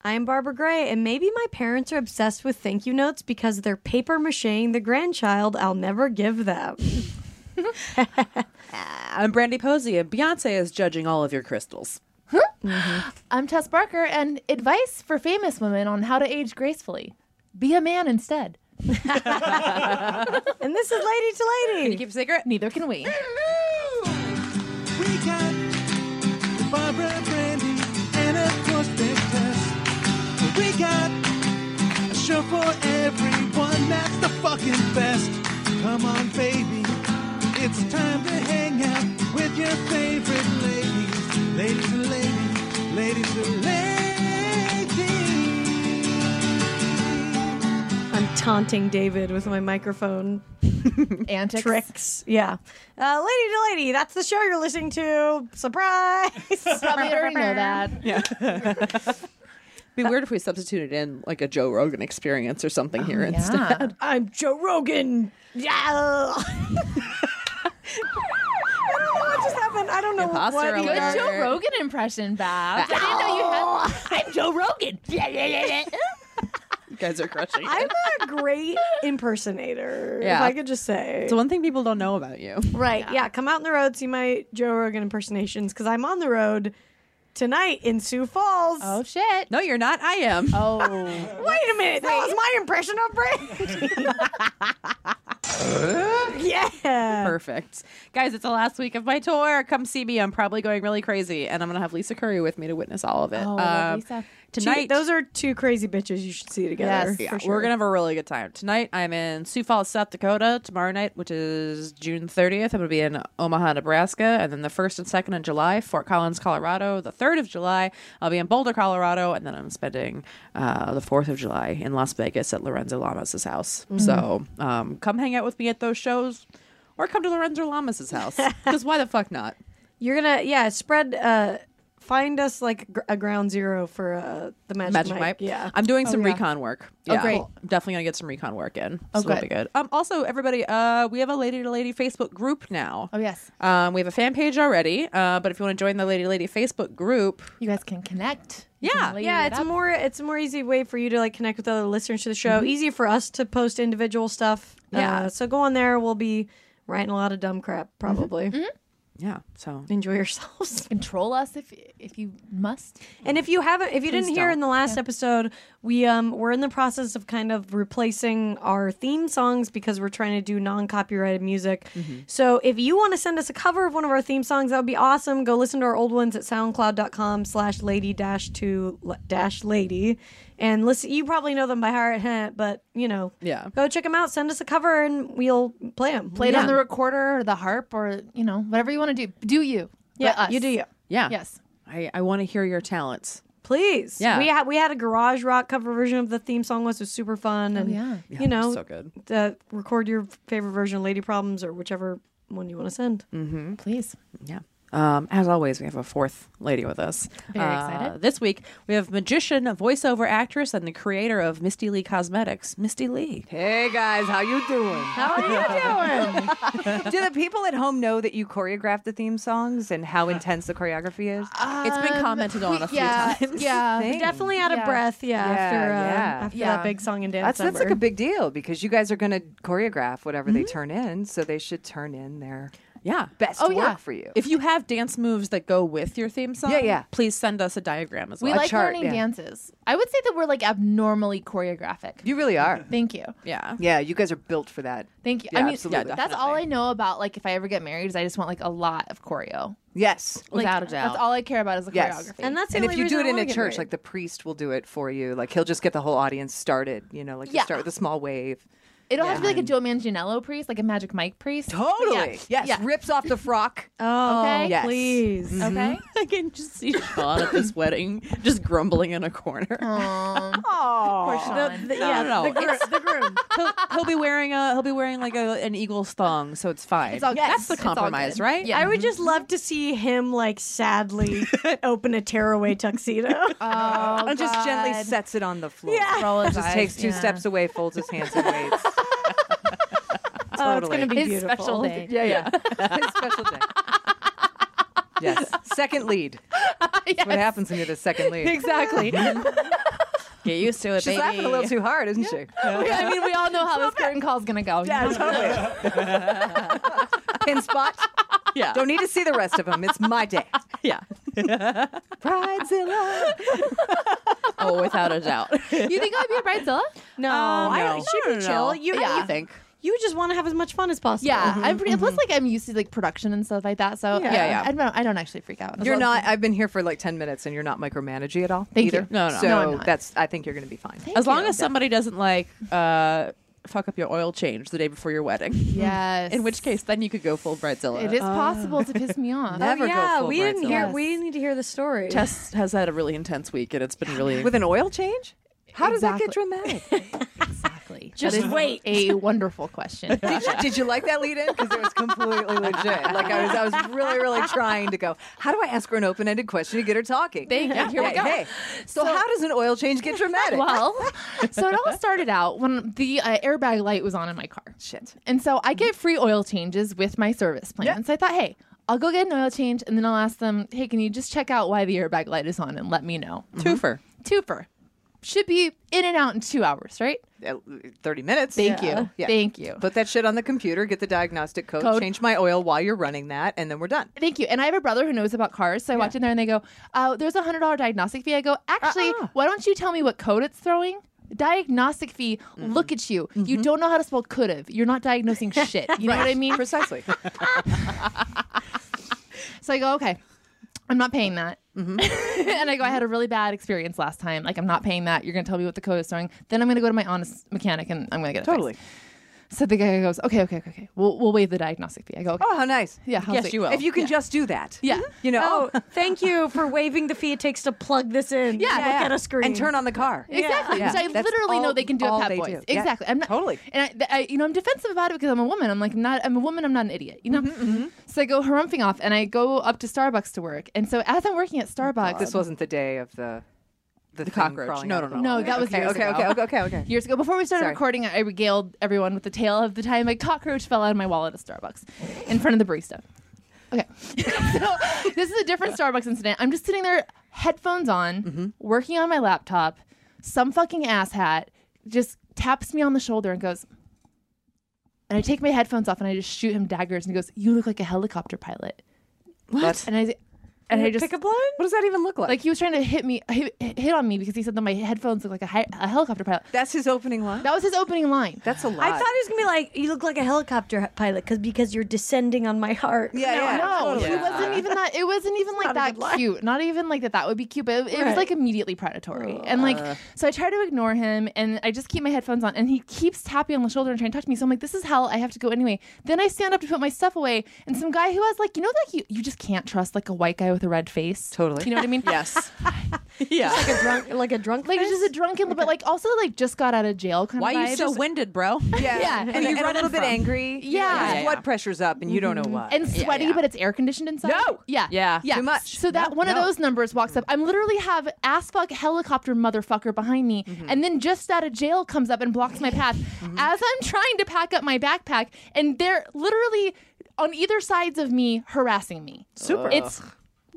I'm Barbara Gray, and maybe my parents are obsessed with thank you notes because they're paper macheing the grandchild I'll never give them. I'm Brandy Posey, and Beyonce is judging all of your crystals. I'm Tess Barker, and advice for famous women on how to age gracefully be a man instead. and this is Lady to Lady. Keep a secret. Neither can we. We got Barbara Brandy and of course Big Tess. We got a show for everyone that's the fucking best. Come on, baby. It's time to hang out with your favorite ladies. Ladies and ladies, ladies and ladies. I'm taunting David with my microphone Antics. tricks. Yeah. Uh, lady to Lady, that's the show you're listening to. Surprise. Probably already know that. It'd be weird if we substituted in like a Joe Rogan experience or something here instead. Yeah. I'm Joe Rogan. Yeah. I don't know what just happened. I don't know Imposter what. alert. Good Or- Joe Rogan impression, Bob. I didn't know you had. I'm Joe Rogan. Yeah, yeah, yeah, yeah. You guys are crushing it. I'm a great impersonator, if Yeah. I could just say. It's one thing people don't know about you. right. Yeah. Come out on the road, see my Joe Rogan impersonations, because I'm on the road tonight in Sioux Falls. Oh shit. No, you're not. I am. Oh. Wait a minute. That was my impression of Brandy. yeah. Perfect. Guys, it's the last week of my tour. Come see me. I'm probably going really crazy. And I'm going to have Lisa Curry with me to witness all of it. Uh, Oh, I love Lisa. Two- Tonight, those are two crazy bitches you should see together. Yes. for yeah, sure. we're going to have a really good time. Tonight, I'm in Sioux Falls, South Dakota. Tomorrow night, which is June 30th, I'm going to be in Omaha, Nebraska. And then the 1st and 2nd of July, Fort Collins, Colorado. The 3rd of July, I'll be in Boulder, Colorado. And then I'm spending uh, the 4th of July in Las Vegas at Lorenzo Lamas' house. Mm-hmm. So um, come hang out with me at those shows. Or come to Lorenzo Lamas' house. Because why the fuck not? You're gonna yeah spread uh find us like gr- a ground zero for uh the magic, Magic mic. Mike. yeah I'm doing some recon work. Yeah. Oh, great. I'm definitely gonna get some recon work in. So Oh, that'll be good. good. Um also everybody, uh we have a lady to lady Facebook group now. Oh yes. Um we have a fan page already. Uh but if you want to join the Lady to Lady Facebook group, You guys can connect. You Yeah, can lady yeah it it's up. a more it's a more easy way for you to like connect with other listeners to the show easier for us to post individual stuff Yeah. Uh, so go on there we'll be writing a lot of dumb crap probably yeah. So enjoy yourselves control us if if you must. and if you haven't if you didn't hear don't. in the last episode we um we're in the process of kind of replacing our theme songs because we're trying to do non-copyrighted music Mm-hmm. so if you want to send us a cover of one of our theme songs that would be awesome go listen to our old ones at soundcloud.com slash lady dash to dash lady and listen you probably know them by heart huh, but you know Yeah. go check them out send us a cover and we'll play them Play it on the recorder or the harp or you know whatever you want to do. Do you? but yeah us. you do you yeah. Yes. I, I wanna hear your talents. Please. Yeah. We had we had a garage rock cover version of the theme song once. It was super fun. And yeah. you know so good. The, record your favorite version of Lady Problems or whichever one you want to send. Mm-hmm. Please. Yeah. Um, as always, we have a fourth lady with us. Uh, Very excited. This week, we have magician, voiceover actress, and the creator of Misty Lee Cosmetics, Misty Lee. Hey guys, how you doing? How are you doing? Do the people at home know that you choreographed the theme songs and how intense the choreography is? it's been commented on a few yeah. times. Yeah. Definitely out of Yeah. breath, yeah, Yeah, after uh, yeah. after Yeah. that big song and dance That's that's like number. a big deal because you guys are going to choreograph whatever they turn in, so they should turn in their Yeah. best Oh, work yeah. for you. If you have dance moves that go with your theme song, Yeah, yeah. please send us a diagram as We well. like chart, learning yeah. dances. I would say that we're like abnormally choreographic. you really are. Thank you. yeah. Yeah, you guys are built for that. Thank you. Yeah, I mean, absolutely. Yeah, that's all I know about. Like, if I ever get married, is I just want like a lot of choreo. Yes. Like, Without a doubt. that's all I care about is the Yes. choreography. and that's the and if only you do reason I it in wanna a get church, married. like the priest will do it for you. Like he'll just get the whole audience started, you know, like you Yeah. start with a small wave. It'll have to be like a Joe Manganiello priest, like a Magic Mike priest. Totally. Yeah. Yes. Yeah. Rips off the frock. Oh Okay. Yes. Mm-hmm. please. Okay. I can just see Sean at this wedding just grumbling in a corner. Poor Sean. The- yeah, no, The, gro- the groom. He'll, he'll be wearing a he'll be wearing like a, an eagle's thong, so it's fine. It's all- That's yes, the it's all compromise, good. right? Yeah. I would just love to see him like sadly open a tearaway tuxedo. Uh, oh, and just gently God. sets it on the floor. Yeah. Roll his Just eyes. takes two Yeah. steps away, folds his hands, and waits. Oh, it's gonna be His beautiful. special day. Yeah, yeah. His special day. Yes. Second lead. That's what happens when you're the second lead. Exactly. Get used to it, She's baby. laughing a little too hard, isn't she? I mean, we all know how this curtain call's gonna go. Yeah, totally. Pin spot. Yeah. Don't need to see the rest of them. It's my day. yeah. Bridezilla. Oh, without a doubt. You think I'd be a bridezilla? No, Um, I no. it should No, be no, no. chill. You, Yeah. you think you just want to have as much fun as possible. Yeah, Mm-hmm. I'm pretty. Plus, like I'm used to like production and stuff like that. So Yeah. Yeah, yeah. I don't. I don't actually freak out. You're not. I've been here for like ten minutes, and you're not micromanaging at all. Thank either. you. No, no. So No, I'm not. that's. I think you're going to be fine. as long as somebody doesn't like uh, fuck up your oil change the day before your wedding. Yes. In which case, then you could go full bridezilla. it is possible to piss me off. Never Oh, go yeah, full we didn't hear. Bridezilla. We didn't need to hear the story. Tess has had a really intense week, and it's been really With an oil change? How does that get dramatic? Exactly. Just That is wait. A wonderful question. did, you, did you like that lead in? Because it was completely legit. Like I was, I was really, really trying to go. How do I ask her an open-ended question to get her talking? Thank you. Here we Hey, go. hey. So, how does an oil change get dramatic? Well, so it all started out when the uh, airbag light was on in my car. Shit. And so I get free oil changes with my service plan. So I thought, hey, I'll go get an oil change and then I'll ask them, hey, can you just check out why the airbag light is on and let me know? twofer. Twofer. Should be in and out in two hours, right? Uh, Thirty minutes. Thank Yeah. you. Yeah. Thank you. Put that shit on the computer. Get the diagnostic code, Code. Change my oil while you're running that, and then we're done. Thank you. And I have a brother who knows about cars. So I walked in there and they go, uh, there's a $100 diagnostic fee. I go, actually, Uh-uh. why don't you tell me what code it's throwing? Diagnostic fee. Mm-hmm. Look at you. You don't know how to spell could have. You're not diagnosing shit. You know what I mean? Precisely. So I go, okay, I'm not paying that. Mm-hmm. and I go, I had a really bad experience last time. Like, I'm not paying that. You're going to tell me what the code is throwing. Then I'm going to go to my honest mechanic and I'm going to get it totally. fixed. So the guy goes, okay, okay, okay, okay. We'll, we'll waive the diagnostic fee. I go, okay. Oh, how nice. yeah, how Yes, sweet. you will. Mm-hmm. If you can just do that. Yeah. You know. Oh, thank you for waiving the fee it takes to plug this in. Yeah, look yeah, at a screen and turn on the car. Exactly, Yeah. which I That's literally know all- they can do all at Pat they Boys. do. Yeah. Exactly, I'm not Totally. and I, th- I, you know, I'm defensive about it because I'm a woman. I'm like, not, I'm a woman. I'm not an idiot, you know. Mm-hmm, So I go harumphing off, and I go up to Starbucks to work. And so as I'm working at Starbucks, Oh, This wasn't the day of the the, thing cockroach. crawling No, out of no, the no, wall. that was okay, years okay, ago. okay, okay, okay, okay. years ago before we started Sorry. recording i regaled everyone with the tale of the time a cockroach fell out of my wallet at starbucks in front of the barista okay so this is a different starbucks incident i'm just sitting there headphones on working on my laptop some fucking asshat just taps me on the shoulder and goes and i take my headphones off and i just shoot him daggers and he goes you look like a helicopter pilot What? and i and i just pick up line. What does that even look like? like he was trying to hit me hit, hit on me because he said that my headphones look like a, hi- a helicopter pilot That's his opening line. that was his opening line That's a lot. I thought it was gonna be like you look like a helicopter pilot because because you're descending on my heart. Yeah, yeah. No, totally. it wasn't even that. It wasn't even like Not a that good lie. cute. Not even like that. That would be cute, but it, it was Right. like immediately predatory. And like, so I try to ignore him, and I just keep my headphones on, and he keeps tapping on the shoulder and trying to talk to me. So I'm like, this is hell. I have to go anyway. Then I stand up to put my stuff away, and some guy who has like, you know, like you, you just can't trust like a white guy with a red face. Totally. You know what I mean? Yes. yeah. like a drunk, like a drunk. Like face? just a drunken, but like also like just got out of jail kind Why of. are you so vibes. winded, bro? Yeah, Yeah. and, Who and you a little running bit from? angry. You know, Yeah. your Yeah, yeah. blood pressure's up, and you don't know why. and sweaty, yeah. but it's air conditioned inside. No! yeah, Yeah. yeah, Too much. So that one of those numbers walks up. I'm literally have ass fuck helicopter motherfucker behind me, Mm-hmm. and then just out of jail comes up and blocks my path as I'm trying to pack up my backpack, and they're literally on either sides of me harassing me. Super. It's.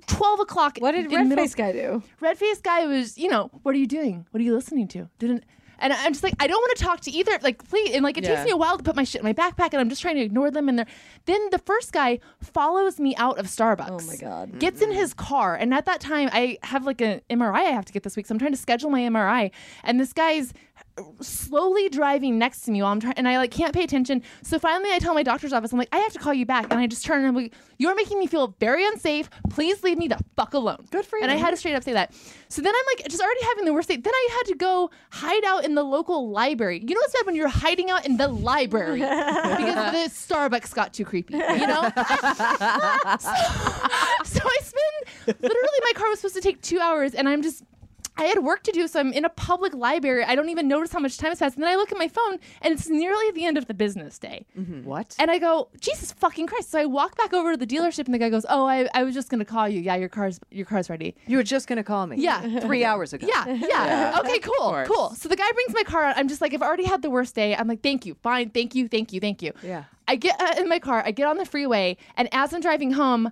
12 o'clock. What did in red middle- face guy do? Red face guy was, you know, what are you doing? What are you listening to? Didn't and I'm just like, I don't want to talk to either. Like, please, and like, it Yeah. takes me a while to put my shit in my backpack, and I'm just trying to ignore them. And they're then the first guy follows me out of Starbucks. Oh my God. Gets in his car, and at that time, I have like an MRI I have to get this week, so I'm trying to schedule my MRI. And this guy's slowly driving next to me while I'm trying, and I like can't pay attention. So finally, I tell my doctor's office, I'm like, I have to call you back, and I just turn and I'm like, you're making me feel very unsafe. Please leave me the fuck alone. Good for And I you. had to straight up say that. So then I'm like, just already having the worst day. Then I had to go hide out in the local library. You know what's bad when you're hiding out in the library because the Starbucks got too creepy. You know. so I spend literally my car was supposed to take two hours, and I'm just. I had work to do, so I'm in a public library. I don't even notice how much time has passed. And then I look at my phone, and it's nearly the end of the business day. what? And I go, Jesus fucking Christ! So I walk back over to the dealership, and the guy goes, "Oh, I, I was just gonna call you. Yeah, your car's your car's ready. You were just gonna call me. Yeah. Three hours ago. Yeah, yeah. Okay, cool, course. cool. So the guy brings my car out. I'm just like, I've already had the worst day. I'm like, thank you, fine, thank you, thank you, thank you. Yeah. I get uh, in my car. I get on the freeway, and as I'm driving home,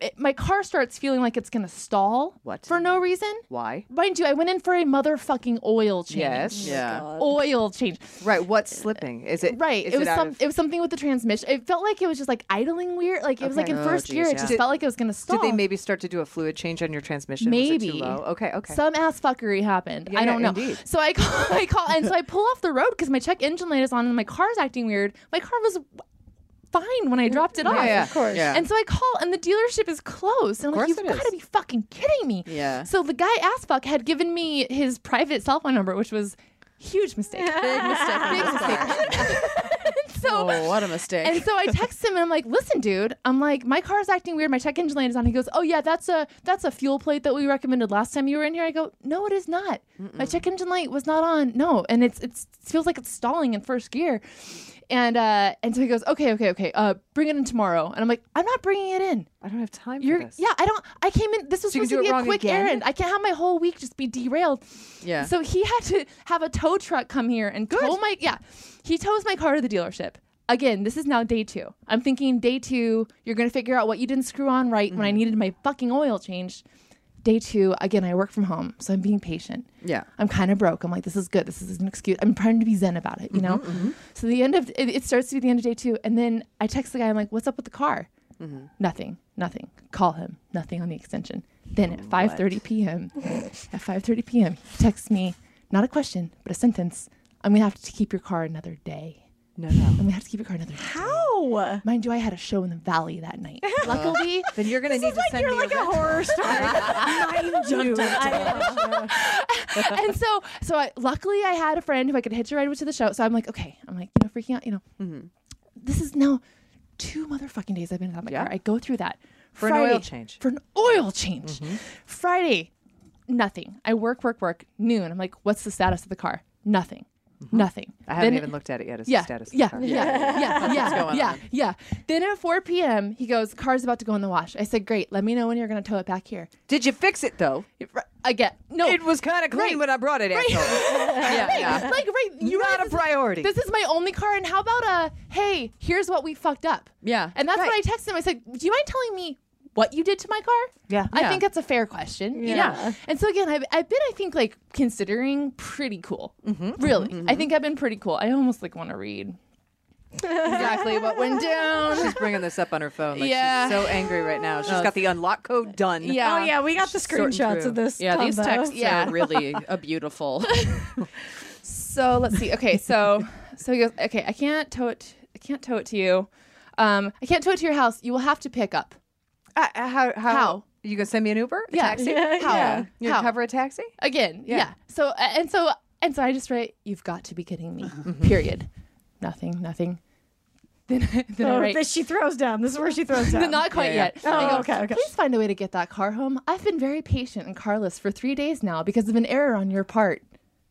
it, my car starts feeling like it's gonna stall What? for no reason. Why? Mind you, I went in for a motherfucking oil change. Yes. yeah. Oil change. Right. What's slipping? Is it Right. is It was out some of- it was something with the transmission. It felt like it was just like idling weird. Like it was like Okay. in Oh, first geez, gear, it yeah. just Did- felt like it was gonna stall. Did they maybe start to do a fluid change on your transmission? Was it Maybe too low? Okay. Okay. Some ass fuckery happened. Yeah, I don't yeah, know. indeed. So I call, I call, and so I pull off the road because my check engine light is on, and my car's acting weird. My car was fine when I dropped it off. Mm-hmm. yeah, of course. Yeah. And so I call, and the dealership is closed. And I'm like, course you've it is. got to be fucking kidding me. Yeah. So the guy ass fuck had given me his private cell phone number, which was huge mistake. Big mistake. Big mistake. so Oh, what a mistake. and so I text him and I'm like, "Listen, dude, I'm like, my car's acting weird. My check engine light is on." He goes, "Oh yeah, that's a that's a fuel plate that we recommended last time you were in here." I go, "No, it is not. My check engine light was not on. No, and it's it's it feels like it's stalling in first gear." And uh and so he goes, "Okay, okay, okay. Uh, bring it in tomorrow." And I'm like, "I'm not bringing it in. I don't have time You're for this. yeah. I don't. I came in. This was So you supposed to can do be it a wrong quick again? errand. I can't have my whole week just be derailed." yeah. So he had to have a tow truck come here and tow my yeah. He tows my car to the dealership. Again, this is now day two. I'm thinking day two, you're gonna figure out what you didn't screw on right Mm-hmm. when I needed my fucking oil changed. Day two, again, I work from home, so I'm being patient. yeah. I'm kind of broke. I'm like, this is good. This is an excuse. I'm trying to be zen about it, you know? So the end of it, it starts to be the end of day two. And then I text the guy, I'm like, what's up with the car? Nothing, nothing. Call him, nothing on the extension. Then at 5.30 p.m., at 5.30 p.m., he texts me, not a question, but a sentence. I'm going to have to keep your car another day. No, no. I'm going to have to keep your car another day. How? Mind you, I had a show in the valley that night. Luckily, Then you're gonna need to send me. a- horror story. Mind you. I- and so so I, luckily I had a friend who I could hitch a ride with to the show. So I'm like, okay, I'm like, you know, freaking out, you know. Mm-hmm. This is now two motherfucking days I've been without my Yeah. car. I go through that For an oil change. Mm-hmm. For an oil change. Friday, nothing. I work, work, work. Noon. I'm like, what's the status of the car? Nothing. Nothing. Mm-hmm. I haven't Then- even looked at it yet. As yeah, the status. of the yeah, car. yeah, yeah, yeah, going yeah, on. yeah. Then at 4 p.m., he goes, "Car's about to go in the wash." I said, "Great, let me know when you're going to tow it back here." Did you fix it though? Again, no, It was kind of clean Right. when I brought it. Asshole. right, like right. You Not realize a this is- priority. This is my only car, and how about a hey? Here's what we fucked up. Yeah. and that's Right. what I texted him. I said, "Do you mind telling me what you did to my car?" Yeah. I Yeah. think that's a fair question. you know? Yeah. and so again, I've, I've been, I think, like considering pretty cool. Really, I think I've been pretty cool. I almost like want to read exactly what went down. She's bringing this up on her phone. Like Yeah. Oh. She's so angry right now. She's got the unlock code done. Yeah. oh yeah, we got the screenshots through. of this. Yeah, these combo. texts Yeah. are really a beautiful. So let's see. Okay, so so he goes. Okay, I can't tow it. I can't tow it to you. Um, I can't tow it to your house. You will have to pick up. Uh, uh, how, how? How? You gonna send me an Uber? A Yeah. Taxi? Yeah, How? yeah. You How? cover a taxi? again yeah, so a- and so and so i just write you've got to be kidding me period nothing nothing then, I- then Oh, i write this- she throws down. This is where she throws down. not quite Yeah, yet yeah. I Oh, okay, okay. please find a way to get that car home i've been very patient and carless for three days now because of an error on your part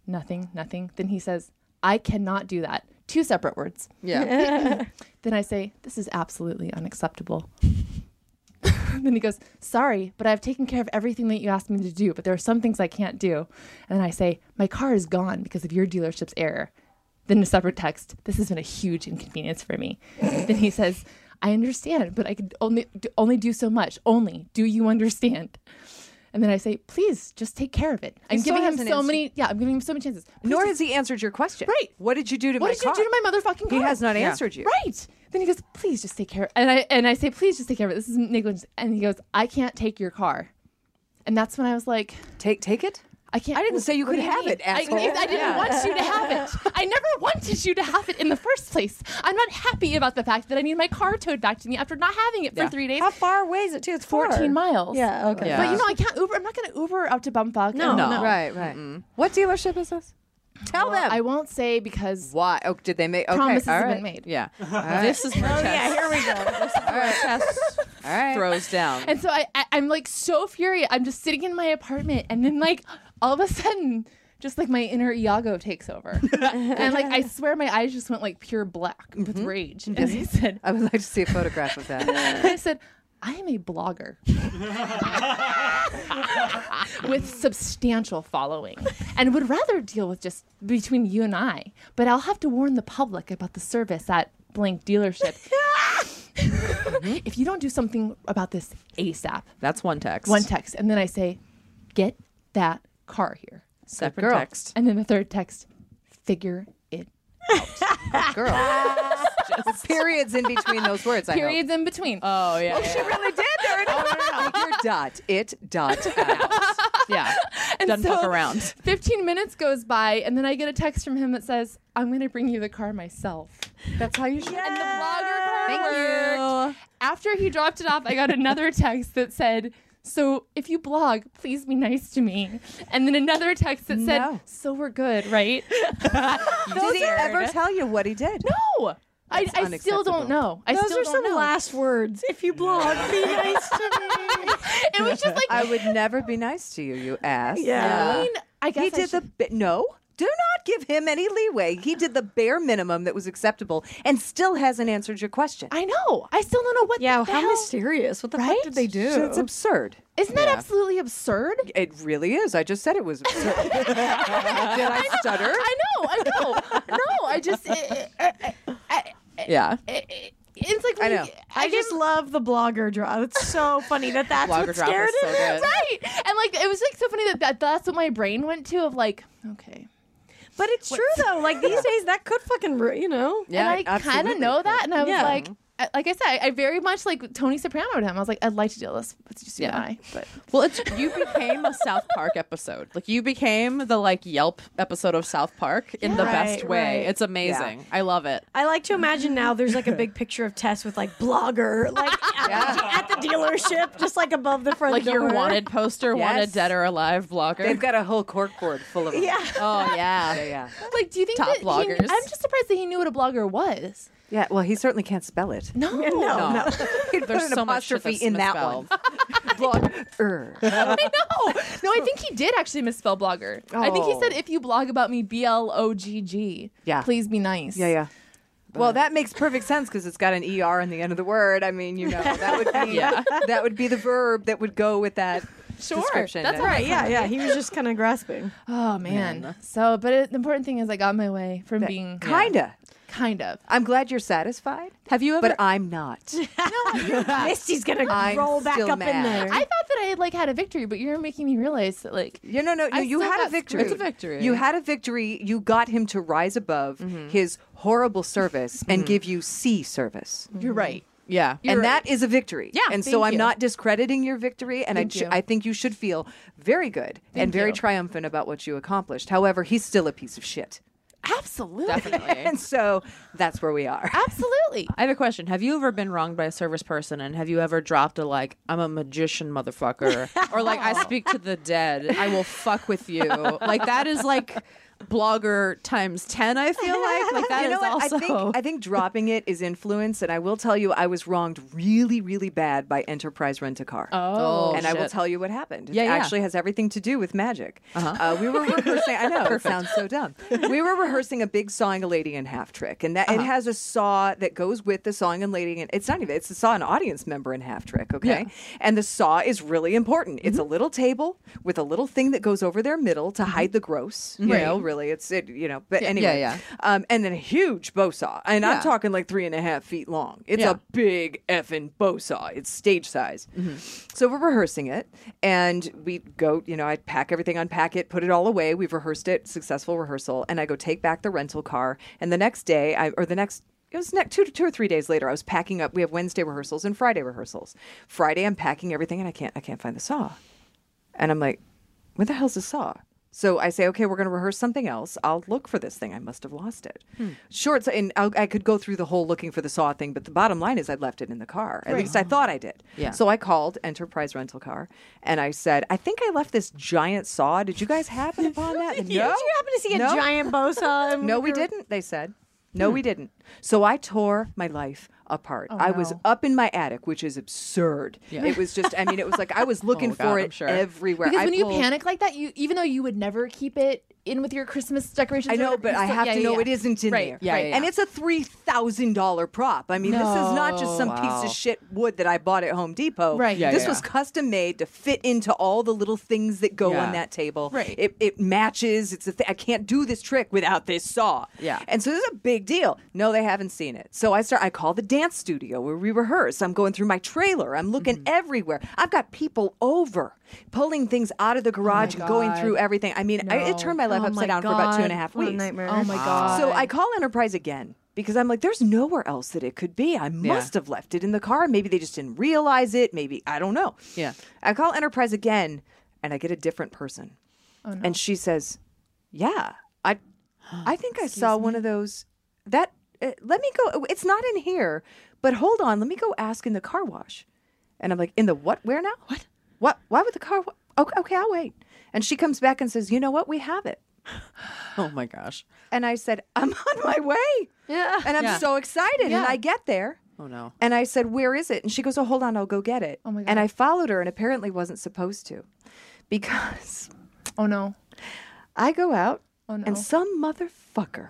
nothing nothing then he says i cannot do that two separate words Yeah. then I say, This is absolutely unacceptable. then he goes, Sorry, but I've taken care of everything that you asked me to do, but there are some things I can't do. And then I say, My car is gone because of your dealership's error. Then a separate text, This has been a huge inconvenience for me. then he says, I understand, but I can only do, only do so much. Only do you understand? And then I say, please just take care of it. I'm still giving him hasn't so answered- many. Yeah, I'm giving him so many chances. Please Nor just- has he answered your question. Right. What did you do to what my did car? you do to my motherfucking car? He has not answered you. Right. Then he goes, please just take care. And I and I say, please just take care of it. This is negligence. And he goes, I can't take your car. And that's when I was like, Take take it. I can't. I didn't what- say you what could do have mean? it, asshole. I, I didn't Yeah. want you to have it. I never wanted you to have it in the first place. I'm not happy about the fact that I need my car towed back to me after not having it for Yeah. three days. How far away is it too? It's far. 14 miles. Yeah. Okay. Yeah. But you know, I can't Uber. I'm not going to Uber out to Bumfuck. No, And- no. Right, right. What dealership is this? Tell them. I won't say because Why? Oh, did they make? Okay, promises all have right. been made. Yeah. right. This is where Oh test yeah. Here we go. All right. throws down. And so I, I, I'm like so furious. I'm just sitting in my apartment, and then like all of a sudden, just like my inner Iago takes over, and like I swear my eyes just went like pure black with rage. And I said, I would like to see a photograph of that. I said, I am a blogger with substantial following, and would rather deal with just between you and I. But I'll have to warn the public about the service at blank dealership. if you don't do something about this ASAP, That's one text. one text, and then I say, get that car here. Separate girl. text. And then the third text, figure it. girl. With periods in between those words. I hope. Periods Oh, in between. Uh, Oh yeah. She really did there. it is. Figure dot it dot out. yeah. Doesn't fuck around. 15 minutes goes by, and then I get a text from him that says, I'm going to bring you the car myself. That's how you should. And the blogger car Thank worked. After he dropped it off, I got another text that said, so if you blog, please be nice to me. And then another text that said, No. so we're good, right? Did he ever tell you what he did? No. I, I still unacceptable. don't know. I Those still are don't some know. last words. If you blog, be nice to me. It was just like, I would never be nice to you, you ass. Yeah. I mean, I guess He I did the should- bi- no. Do not give him any leeway. He did the bare minimum that was acceptable, and still hasn't answered your question. I know. I still don't know what. Yeah, the how hell- mysterious. What the Right? fuck did they do? So it's absurd. Isn't that absolutely absurd? It really is. I just said it was absurd. did I stutter? I know. I know. no, I just. It, it, I- Yeah. it- it- it's like I we- know. I just love the blogger drop. It's so funny that that's Blogger what drop scared is so him. good. right, and like it was like so funny that, that that's what my brain went to of like okay, But it's true though. Like these days, that could fucking ru- you know. Yeah, and I kind absolutely. of know that, and I was Yeah. like. I- Like I said, I- I very much like Tony Sopranoed him. I was like, I'd like to deal this with just you and Yeah. I, but Well, it's you became a South Park episode. Like you became the like Yelp episode of South Park in the Right, best way. right. It's amazing. I love it. I like to imagine now there's like a big picture of Tess with like blogger, like at, the, at the dealership, just like above the front Like door. your wanted poster, wanted Yes. dead or alive blogger. They've got a whole corkboard full of them. Yeah. oh yeah. yeah, yeah, like, do you think Top that he- bloggers. I'm just surprised that he knew what a blogger was. yeah. Well, he certainly can't spell it. No, No, No. no. He'd There's put an so much shit apostrophe that's in that one. Blogger. I know. No, I think he did actually misspell blogger. I think he Oh. said if you blog about me, B L O G G. Yeah. Please be nice. Yeah, yeah. Well, that makes perfect sense because it's got an er on the end of the word. I mean, you know, that would be Yeah. that would be the verb that would go with that Sure. description. That's That- Right, yeah, yeah. He was just kind of grasping. Oh man. So, but it, the important thing is I got my way from being Kinda. kind of. I'm glad you're satisfied, Have you ever but I'm not. Misty's gonna I'm roll back still up in mad. there. I thought that I had like had a victory, but you're making me realize that like You no no, no I you still had got a victory. screwed. It's a victory. You had a victory. You got him to rise above his horrible service and give you C service. you're right. Yeah. and that is a victory. Yeah, And so thank I'm you. not discrediting your victory, and I, Thank ch- you. I think you should feel very good and very you. triumphant about what you accomplished. However, he's still a piece of shit, Absolutely. Definitely. and so that's where we are. Absolutely. I have a question. Have you ever been wronged by a service person and have you ever dropped a like, I'm a magician motherfucker or like I speak to the dead. I will fuck with you. Like that is like blogger times 10 I feel like. Like that is you know what? also I think I think dropping it is influence, and I will tell you, I was wronged really, really bad by Enterprise Rent a Car. Oh, and I will shit. tell you what happened. It Yeah, Uh-huh. yeah. actually has everything to do with magic. Uh, we were rehearsing. I know it sounds so dumb. We were rehearsing a big sawing a lady in half trick, and that Uh-huh. it has a saw that goes with the sawing a lady, and it's not even it's the saw an audience member in half trick. Okay, and the saw is really important. Mm-hmm. It's a little table with a little thing that goes over their middle to hide the gross. You know, really, it's it. You know, but anyway, yeah. Um, and then a huge bow saw, and I'm talking like three and a half feet long. It's Yeah. a big effing bow saw. It's stage size. So we're rehearsing it, and we go. You know, I pack everything, unpack it, put it all away. We've rehearsed it, successful rehearsal, and I go take back the rental car. And the next day, I or the next. It was ne- two, two or three days later. I was packing up. We have Wednesday rehearsals and Friday rehearsals. Friday, I'm packing everything, and I can't. I can't find the saw. And I'm like, where the hell's the saw? So I say, okay, we're going to rehearse something else. I'll look for this thing. I must have lost it. Hmm. Sure, it's, and I'll, I could go through the whole looking for the saw thing, but the bottom line is I left it in the car. At least I thought I did. Yeah. So I called Enterprise Rental Car and I said, I think I left this giant saw. Did you guys happen upon that? Did you happen to see a No. giant bow saw? No, we didn't, they said. No, Hmm. we didn't. So I tore my life apart. I was Oh, no. up in my attic, which is absurd. It was just, Oh, I mean, it was like I was looking God, for I'm it sure. everywhere. Because I when you pulled- panic like that, you even though you would never keep it in with your Christmas decorations. I or know, whatever, but you I still- have yeah, to yeah, know yeah. it isn't in Right, there. yeah, right. yeah. And it's a three thousand dollar prop. I mean, this is not just some No, piece wow. of shit wood that I bought at Home Depot. Oh, Right. Yeah, this yeah, was yeah. custom made to fit into all the little things that go Yeah. on that table. Right. It, it matches. It's a thing. I can't do this trick without this saw. Yeah. And so this is a big deal. No, they haven't seen it. So I start. I call the dance studio where we rehearse. I'm going through my trailer. I'm looking Mm-hmm. everywhere. I've got people over pulling things out of the garage, and going Oh God. through everything. I mean, I, it No. turned my life Oh my upside down for about two God, and a half what a weeks. nightmare. Oh my god. So I call Enterprise again because I'm like, there's nowhere else that it could be. I must have left it in the car. Maybe they just didn't realize it. Maybe I don't know. Yeah. I call Enterprise again and I get a different person. Oh, And she says, Yeah, I I think I saw one of those that uh, let me go it's not in here, but hold on, let me go ask in the car wash. And I'm like, in the what? Where now? What? What? Why would the car? Wa- okay, okay, I'll wait. And she comes back and says, you know what? We have it. Oh my gosh. And I said, I'm on my way. Yeah. And I'm Yeah. so excited. Yeah. And I get there. Oh no. And I said, Where is it? And she goes, Oh, hold on, I'll go get it. Oh my God. And I followed her and apparently wasn't supposed to because oh no. I go out Oh, no. Oh, and some motherfucker,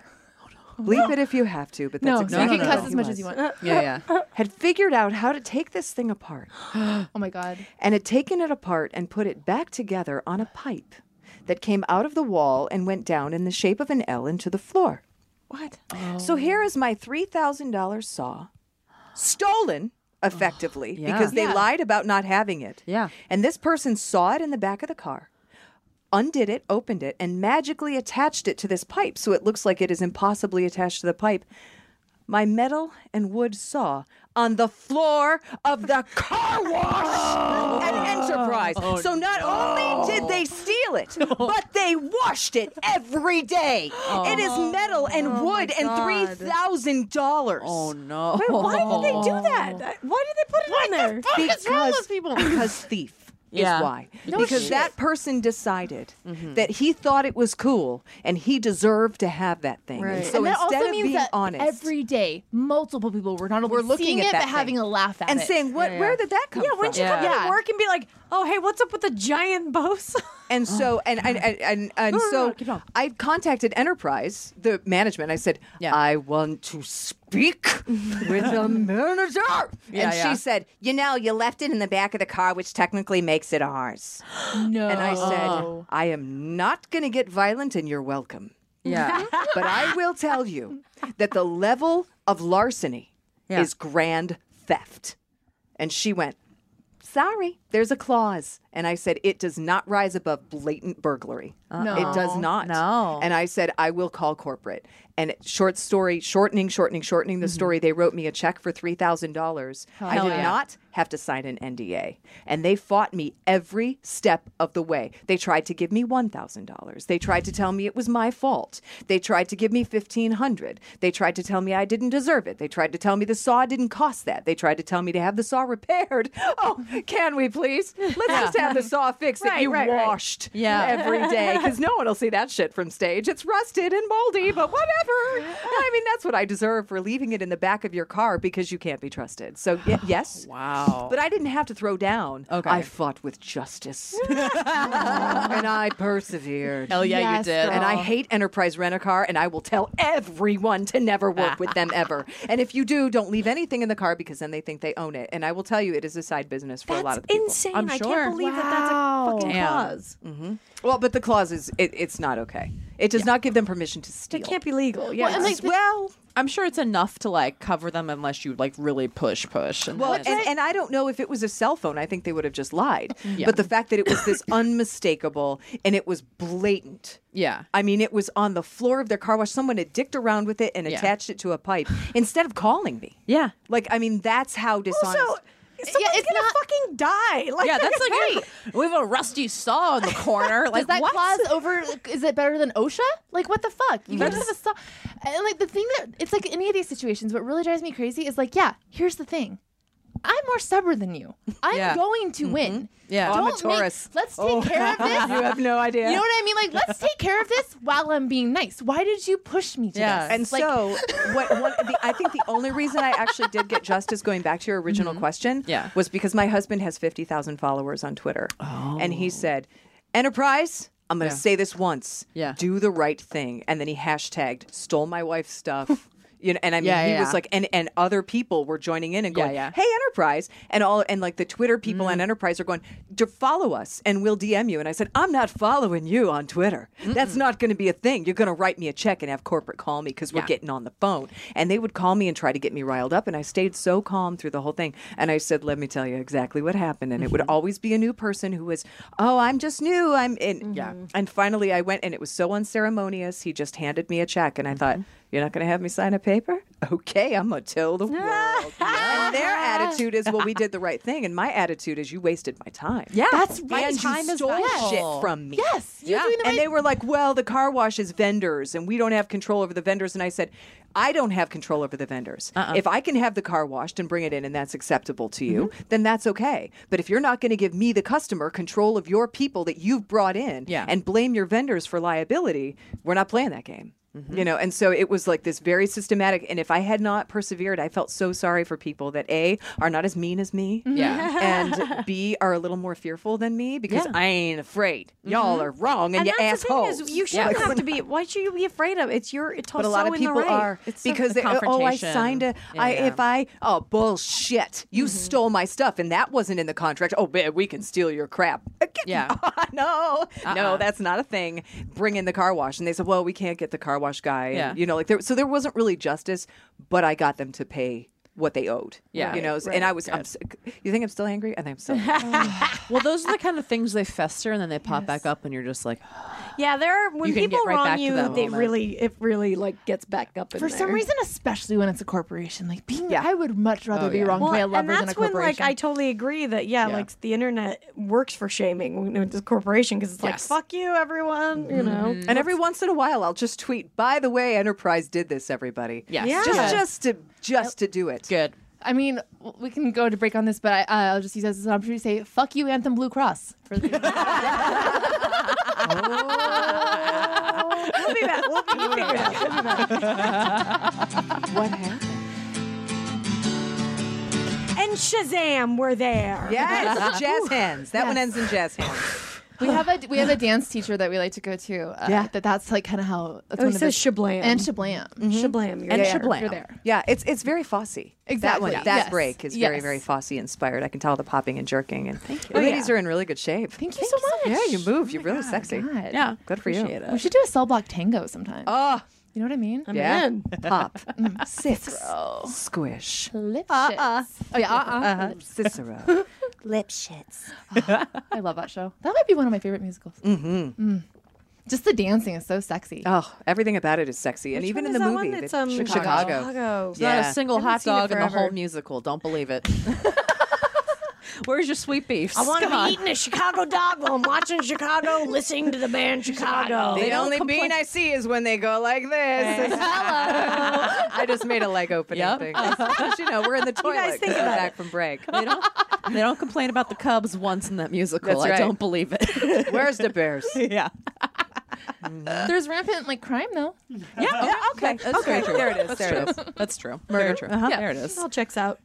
bleep it if you have to, but that's No, exactly you can no, cuss what as he much was, as you want. Yeah, yeah. had figured out how to take this thing apart Oh my god. and had taken it apart and put it back together on a pipe that came out of the wall and went down in the shape of an L into the floor. What? So here is my $3,000 saw, stolen effectively Yeah. because they Yeah. lied about not having it. Yeah. And this person saw it in the back of the car, undid it, opened it, and magically attached it to this pipe. So it looks like it is impossibly attached to the pipe. My metal and wood saw on the floor of the car wash at Enterprise. so not only did they steal it, but they washed it every day. It is metal and wood and God. $3,000. Oh no. Wait, why did they do that? That- Why did they put it in there? What's wrong with people? because thief Yeah. is why. No because shit. that person decided that he thought it was cool and he deserved to have that thing. And Right. so and that instead also of means being that honest every day, multiple people were not only We're looking seeing at it, that but thing. having a laugh at and it. saying, "What? Where did that come Yeah, from?" wouldn't you come Yeah. to work and be like, oh, hey, what's up with the giant bosa? And so, and and and, and, and Oh, No, no, so, no, keep going. I contacted Enterprise, the management. I said, Yeah. "I want to speak with the manager." Yeah, and yeah. she said, "You know, you left it in the back of the car, which technically makes it ours." no. And I Oh. said, "I am not going to get violent, and you're welcome. Yeah. But I will tell you that the level of larceny Yeah. is grand theft." And she went. Sorry, there's a clause. And I said, it does not rise above blatant burglary. no. It does not. No. And I said, I will call corporate. And short story, shortening, shortening, shortening the story, they wrote me a check for $3,000. I did Mm-hmm. yeah. not have to sign an NDA. And they fought me every step of the way. They tried to give me $1,000. They tried to tell me it was my fault. They tried to give me 1500 They tried to tell me I didn't deserve it. They tried to tell me the saw didn't cost that. They tried to tell me to have the saw repaired. Oh, can we please? Let's just have the saw fixed that Right, you right, right. washed Yeah. every day because no one will see that shit from stage. It's rusted and moldy, but whatever. I mean, that's what I deserve for leaving it in the back of your car because you can't be trusted. So, y- yes. Wow. But I didn't have to throw down. Okay. I fought with justice. and I persevered. Hell yeah, Yes, you did. girl. And I hate Enterprise Rent a Car, and I will tell everyone to never work with them ever. And if you do, don't leave anything in the car because then they think they own it. And I will tell you, it is a side business for a lot That's of the people. insane. I'm I sure. can't believe that that's a fucking Damn. Mm. cause. Well, but the clause is it, it's not okay. It does not give them permission to steal. It can't be legal. Yeah. and, like, Yes. well, I'm sure it's enough to like cover them unless you like really push, push. And well, then and, it's- and I don't know if it was a cell phone. I think they would have just lied. But the fact that it was this unmistakable and it was blatant. yeah. I mean, it was on the floor of their car wash. Someone had dicked around with it and Yeah. attached it to a pipe instead of calling me. Yeah. Like, I mean, that's how also, dishonest. someone's it's gonna not- fucking die. Like, Yeah, that's like a, we have a rusty saw in the corner. Like Does that what? clause over? Is it better than OSHA? Like what the fuck? You can just have a stop. And like the thing that it's like any of these situations. What really drives me crazy is like, yeah, here's the thing. I'm more stubborn than you. I'm Yeah. going to Mm-hmm. win. Yeah. Don't I'm a make- Taurus. Oh. let's take care of this. you have no idea. You know what I mean? Like, let's take care of this while I'm being nice. Why did you push me to Yeah. this? And like, so, what, what the, I think the only reason I actually did get justice, going back to your original question, Mm-hmm. Yeah. was because my husband has 50,000 followers on Twitter. Oh. And he said, Enterprise, I'm going to Yeah. say this once. Yeah. Do the right thing. And then he hashtagged stole my wife's stuff. You know, and I mean, Yeah, he yeah, was yeah. like, and and other people were joining in and Yeah, going, yeah. Mm-hmm. "Hey, Enterprise!" and all, and like the Twitter people and Enterprise are going, "D- "Follow us, and we'll DM you." And I said, "I'm not following you on Twitter. That's not going to be a thing. You're going to write me a check and have corporate call me because we're Yeah. getting on the phone." And they would call me and try to get me riled up, and I stayed so calm through the whole thing. And I said, "Let me tell you exactly what happened." And it Mm-hmm. would always be a new person who was, "Oh, I'm just new. I'm in." Yeah. And finally, I went, and it was so unceremonious. He just handed me a check, and I thought, Mm-hmm. "You're not going to have me sign a paper? Okay, I'm gonna tell the world." and their attitude is, "Well, we did the right thing," and my attitude is, "You wasted my time." Yeah, That's and right. Time you is stole valuable. shit from me. Yes, you're doing the and right- they were like, "Well, the car wash is vendors, and we don't have control over the vendors." And I said, "I don't have control over the vendors. If I can have the car washed and bring it in, and that's acceptable to you, then that's okay. But if you're not going to give me the customer control of your people that you've brought in, Yeah. and blame your vendors for liability, we're not playing that game." You know, and so it was like this very systematic. And if I had not persevered, I felt so sorry for people that A, are not as mean as me Yeah. and B are a little more fearful than me because I ain't afraid. Y'all are wrong Mm-hmm. and, And you that's assholes. the thing is, you shouldn't have to be. Why should you be afraid of? it? It's your. It's but a also lot of in people the right. are It's the- because the they, oh, I confrontation. signed a. I Yeah. Mm-hmm. if I oh bullshit, you stole my stuff and that wasn't in the contract. Oh, man, we can steal your crap. Get- Yeah. no, Uh-uh. no, that's not a thing. Bring in the car wash, and they said, well, we can't get the car wash guy. and, Yeah. you know, like there, so there wasn't really justice, but I got them to pay what they owed. Yeah. you know, Right, and I was. I'm, s- you think I'm still angry? I think I'm still. Angry. Well, those are the kind of things they fester and then they pop back up, and you're just like, Yeah, there. Are, when You can people get right wrong back to you, that they moment. really, it really like gets back up. In For some there. reason, especially when it's a corporation, like being, Yeah. I would much rather be yeah. wronged by a lover and that's than a when like corporation. I totally agree that yeah, like the internet works for shaming when it's a corporation because it's like Yes. fuck you, everyone, you know. And every once in a while, I'll just tweet, "By the way, Enterprise did this, everybody." Yes. Yeah. just just to just to do it. good. I mean, w- we can go to break on this, but I, uh, I'll just use this as an opportunity to say, "Fuck you, Anthem Blue Cross." For the- We'll be back. We'll, we'll figure it out. We'll be back. What happened? And Shazam, we're there. Yes, jazz hands. That one Yes. ends in jazz hands. we have a we have a dance teacher that we like to go to. Uh, Yeah. that that's like kind of how. That's Oh, one he of says his- Shablam. and Shablam. Mm. Shablam. You're And there. Shablam. You're there. Yeah, it's it's very Fosse. That Exactly. one, that Yes. break is very Yes. very Fosse inspired. I can tell the popping and jerking. And thank you. Oh, The ladies are in really good shape. Thank you so much. Oh Yeah, you move. You're really sexy. God. Yeah. Good for you. We should do a cell block tango sometime. Oh, you know what I mean? I'm Yeah. in. pop, Six. Oh, squish, lip shits. Oh yeah. Uh-uh. Cicero. Lip shits. I love that show. That might be one of my favorite musicals. Mm-hmm. Just the dancing is so sexy. Oh, everything about it is sexy, and Which even one in the is that movie, one? the- It's, um, Chicago. Chicago. Yeah. Not a single Haven't hot seen it dog in the whole forever. musical. Don't believe it. Where's your sweet beef? I want to be eating a Chicago dog while I'm watching Chicago, listening to the band Chicago. The only mean I see is when they go like this. I just made a leg opening Yep. thing. Just, you know, we're in the toilet. guys think 'cause we're about back from break. They don't, they don't complain about the Cubs once in that musical. That's I right. don't believe it. Where's the bears? yeah. There's rampant like crime though. Yeah. Okay. That's okay, very true. there it is, That's there true. it That's true. Very true. Uh-huh. There it is. all checks out.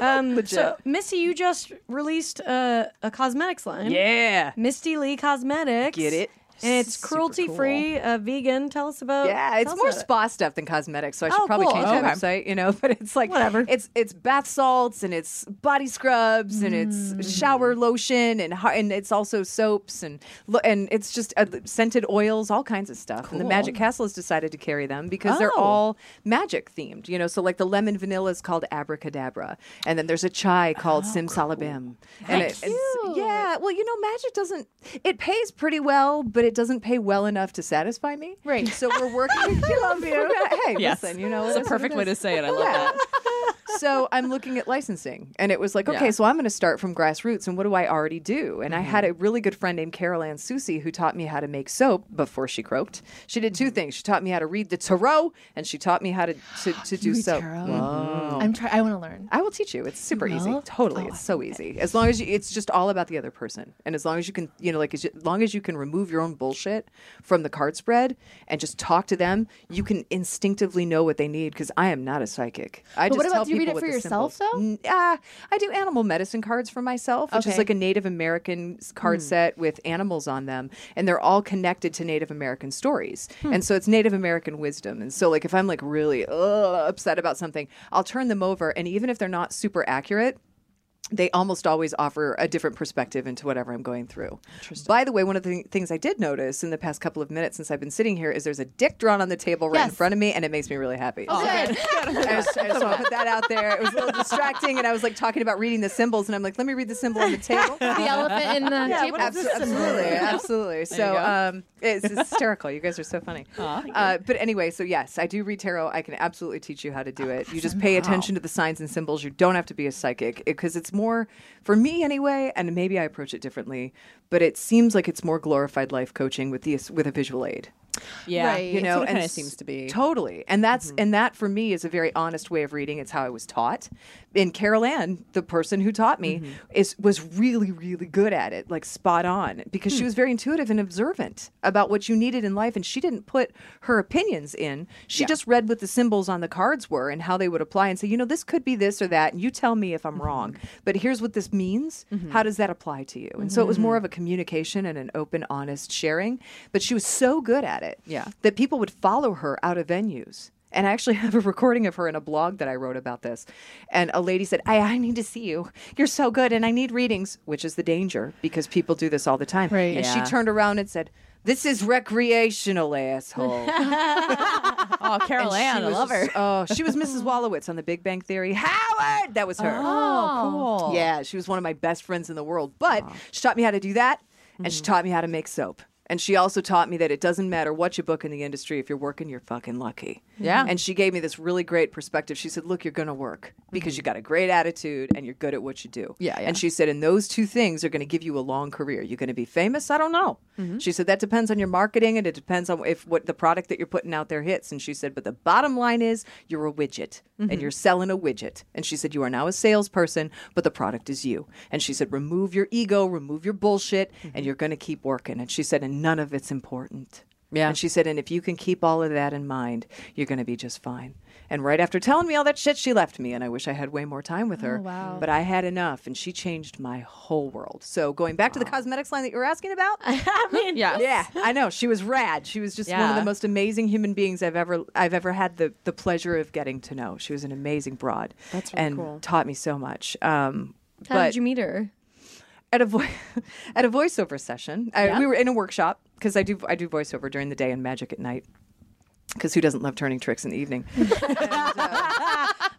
um, so, Missy, you just released uh, a cosmetics line. Yeah. Misty Lee Cosmetics. Get it? And it's cruelty free, uh, vegan. Tell us about. Yeah, it's tell us more about it. spa stuff than cosmetics, so I should Oh, probably cool. change Okay. that website, you know. But it's like Whatever. It's it's bath salts and it's body scrubs and Mm. it's shower lotion and har- and it's also soaps and lo- and it's just uh, scented oils, all kinds of stuff. And the Magic Castle has decided to carry them because they're Oh. all magic themed, you know. So like the lemon vanilla is called Abracadabra, and then there's a chai called Simsalabim. And it, it's, yeah, well, you know, magic doesn't it pays pretty well, but it doesn't pay well enough to satisfy me. Right. So we're working. you love you. Hey, Yes. listen, you know It's a that's what perfect it way to is. say it. I love Yeah. that. so I'm looking at licensing, and it was like, okay, Yeah. Mm-hmm. so I'm going to start from grassroots, and what do I already do? And I had a really good friend named Carol Ann Susie who taught me how to make soap before she croaked. She did Mm-hmm. two things: she taught me how to read the tarot, and she taught me how to to, to do read soap. Mm-hmm. tarot? Mm-hmm. Wow. I'm try. I want to learn. I will teach you. It's super easy. will? Totally, Oh, I it's so easy. As long as you, it's just all about the other person, and as long as you can, you know, like as you- as long as you can remove your own bullshit from the card spread and just talk to them, you can instinctively know what they need. Because I am not a psychic. I But just what tell about do you read terrible it with for the yourself, symbols. though? N- Uh, I do animal medicine cards for myself, which Okay. Hmm. is like a Native American s- card set with animals on them, and they're all connected to Native American stories. Hmm. And so it's Native American wisdom. And so, like, if I'm like really uh, upset about something, I'll turn them over, and even if they're not super accurate, they almost always offer a different perspective into whatever I'm going through. By the way, one of the things I did notice in the past couple of minutes since I've been sitting here is there's a dick drawn on the table right in Yes. Oh, front of me, and it makes me really happy. Good. I was, I just want to put that out there. It was a little distracting, and I was like talking about reading the symbols, and I'm like, let me read the symbol on the table. the elephant in the Yeah, table. what is Abso- this symbol? absolutely, absolutely. So um, it's, it's hysterical. You guys are so funny. Uh, but anyway, so yes, I do read tarot. I can absolutely teach you how to do it. You just pay attention to the signs and symbols. You don't have to be a psychic because it's more for me anyway, and maybe I approach it differently. But it seems like it's more glorified life coaching with the with a visual aid Yeah, Right. you know what it and kinda s- seems to be. Mm-hmm. totally and that's and that for me is a very honest way of reading it's how i was taught and carol ann the person who taught me Mm-hmm. is was really really good at it like spot on because Hmm. she was very intuitive and observant about what you needed in life and she didn't put her opinions in she just read what the symbols on the cards were and how they would apply and say you know this could be this or that and you tell me if i'm wrong Mm-hmm. but here's what this means how does that apply to you and so it was Mm-hmm. more of a communication and an open honest sharing but she was so good at it Yeah. that people would follow her out of venues. And I actually have a recording of her in a blog that I wrote about this. And a lady said, I, I need to see you. You're so good. And I need readings, which is the danger because people do this all the time. Right. And Yeah. she turned around and said, This is recreational, asshole. Oh, Carol And she Ann, I was love her. just- Oh, she was Mrs. Wallowitz on The Big Bang Theory. Howard! That was her. Oh, cool. Yeah, she was one of my best friends in the world. But she taught me how to do that, and Mm-hmm. she taught me how to make soap. And she also taught me that it doesn't matter what you book in the industry, if you're working, you're fucking lucky. Yeah. And she gave me this really great perspective. She said, Look, you're going to work because you got a great attitude and you're good at what you do. Mm-hmm. Yeah, yeah. And she said, And those two things are going to give you a long career. You're going to be famous? I don't know. She said, That depends on your marketing and it depends on if what the product that you're putting out there hits. And she said, But the bottom line is you're a widget and you're selling a widget. And she said, You are now a salesperson, but the product is you. And she said, Remove your ego, remove your bullshit, and you're going to keep working. And she said, And none of it's important. Yeah. And she said, and if you can keep all of that in mind, you're going to be just fine. And right after telling me all that shit, she left me. And I wish I had way more time with her. wow. But I had enough, and she changed my whole world. So going back to the cosmetics line that you were asking about. I mean, Yeah. yeah, I know. She was rad. She was just one of Yeah. the most amazing human beings I've ever I've ever had the, the pleasure of getting to know. She was an amazing broad. That's really and cool. taught me so much. Um, How but did you meet her? at a vo- at a voiceover session. I, we were in a workshop because I do I do voiceover during the day and magic at night. Because who doesn't love turning tricks in the evening?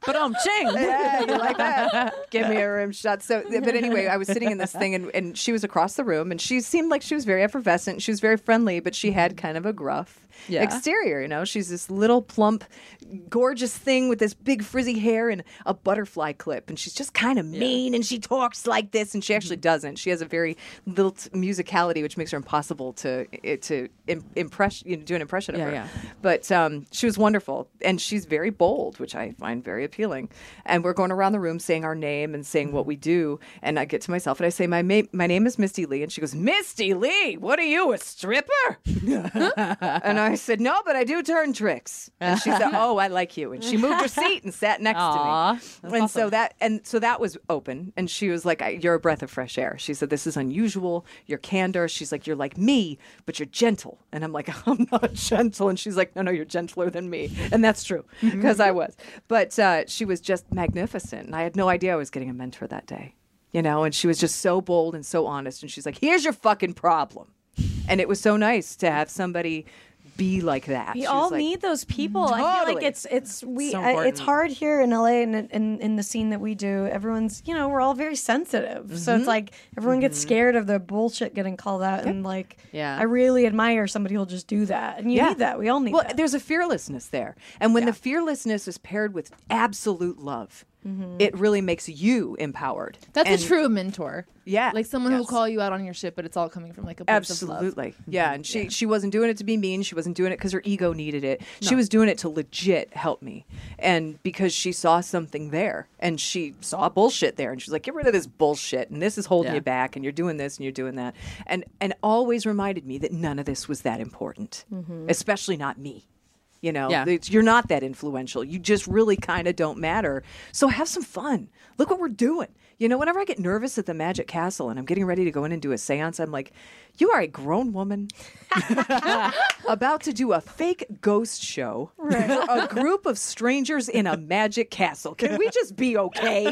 But um, ching. yeah, you like that? Give me a rim shot. So, but anyway, I was sitting in this thing, and, and she was across the room, and she seemed like she was very effervescent. She was very friendly, but she had kind of a gruff Yeah. exterior. You know, she's this little plump, gorgeous thing with this big frizzy hair and a butterfly clip, and she's just kind of mean, and she talks like this, and she actually Mm-hmm. doesn't. She has a very lilt musicality, which makes her impossible to it- to im- impress you know, do an impression of Yeah, her. yeah. But um, she was wonderful, and she's very bold, which I find very appealing. And we're going around the room saying our name and saying what we do. And I get to myself and I say, "My ma- my name is Misty Lee," and she goes, "Misty Lee, what are you, a stripper?" and I said, "No, but I do turn tricks." And she said, "Oh, I like you." And she moved her seat and sat next Aw, to me. And so that and so that was open. And she was like, I, "You're a breath of fresh air." She said, "This is unusual. Your candor." She's like, "You're like me, but you're gentle." And I'm like, "I'm not gentle." And she's like, "No, no, you're gentler than me," and that's true Mm-hmm. because I was. But uh, she was just magnificent, and I had no idea I was getting a mentor that day. You know, and she was just so bold and so honest. And she's like, "Here's your fucking problem." And it was so nice to have somebody be like that. We She was all like- need those people. I feel like Totally. it's it's we So I, important. it's hard here in LA and in, in the scene that we do. Everyone's you know we're all very sensitive, so Mm-hmm. it's like everyone gets scared of the bullshit getting called out, and like Yeah. I really admire somebody who'll just do that, and you Yeah. need that. We all need well, that. there's a fearlessness there. And when the fearlessness is paired with absolute love, Mm-hmm. it really makes you empowered. That's And- a true mentor. Yeah. Like someone who will Yes. call you out on your shit, but it's all coming from like a place of love. Absolutely. Yeah. And she, she wasn't doing it to be mean. She wasn't doing it because her ego needed it. She was doing it to legit help me. And because she saw something there and she saw bullshit there and she's like, get rid of this bullshit and this is holding Yeah. you back and you're doing this and you're doing that. Mm-hmm. And, and always reminded me that none of this was that important, especially not me. You know, Yeah. It's- you're not that influential. You just really kind of don't matter. So have some fun. Look what we're doing. You know, whenever I get nervous at the Magic Castle and I'm getting ready to go in and do a seance, I'm like, you are a grown woman about to do a fake ghost show for a group of strangers in a magic castle. Can we just be okay?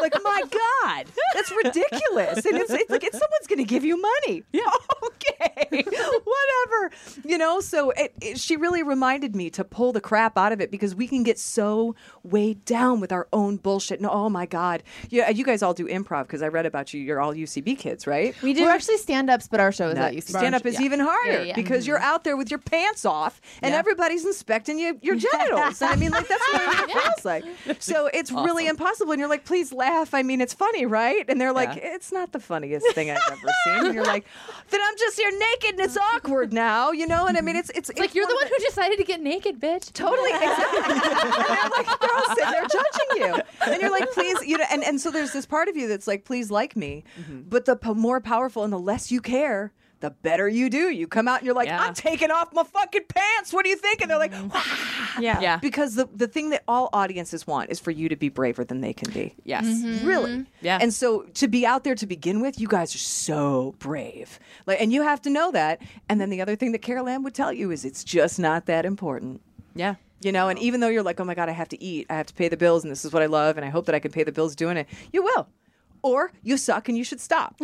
like, my God, that's ridiculous. And it's, it's like, it's, someone's going to give you money. Yeah. Okay. Whatever. You know, so it, it, she really reminded me to pull the crap out of it because we can get so weighed down with our own bullshit. And oh, my God. Yeah, you guys all do improv because I read about you. You're all UCB kids, right? We do. We're actually stand ups, but our show is at That UC. stand up is even harder yeah. Mm-hmm. because you're out there with your pants off and Yeah. everybody's inspecting you, your genitals. I mean, like that's what it feels like. So it's really impossible. And you're like, please laugh. I mean, it's funny, right? And they're like, it's not the funniest thing I've ever seen. And you're like, then I'm just here naked and it's awkward now, you know? And I mean, it's it's, It's like you're the one who decided to get naked, bitch. Totally, exactly. and they're like, they're all sitting there judging you, and you're like, please, you know. And, and so there's this part of you that's like, please like me, Mm-hmm. but the p- more powerful and the less you care, the better you do. You come out and you're like, Yeah. Mm-hmm. I'm taking off my fucking pants. What do you think? And they're like, "Wah." yeah. Yeah. because the the thing that all audiences want is for you to be braver than they can be. Mm-hmm. Yes. Really? Mm-hmm. Yeah. And so to be out there to begin with, you guys are so brave. Like, and you have to know that. And then the other thing that Carol Ann would tell you is it's just not that important. Yeah. You know, and even though you're like, oh my God, I have to eat, I have to pay the bills, and this is what I love, and I hope that I can pay the bills doing it, you will. Or you suck and you should stop.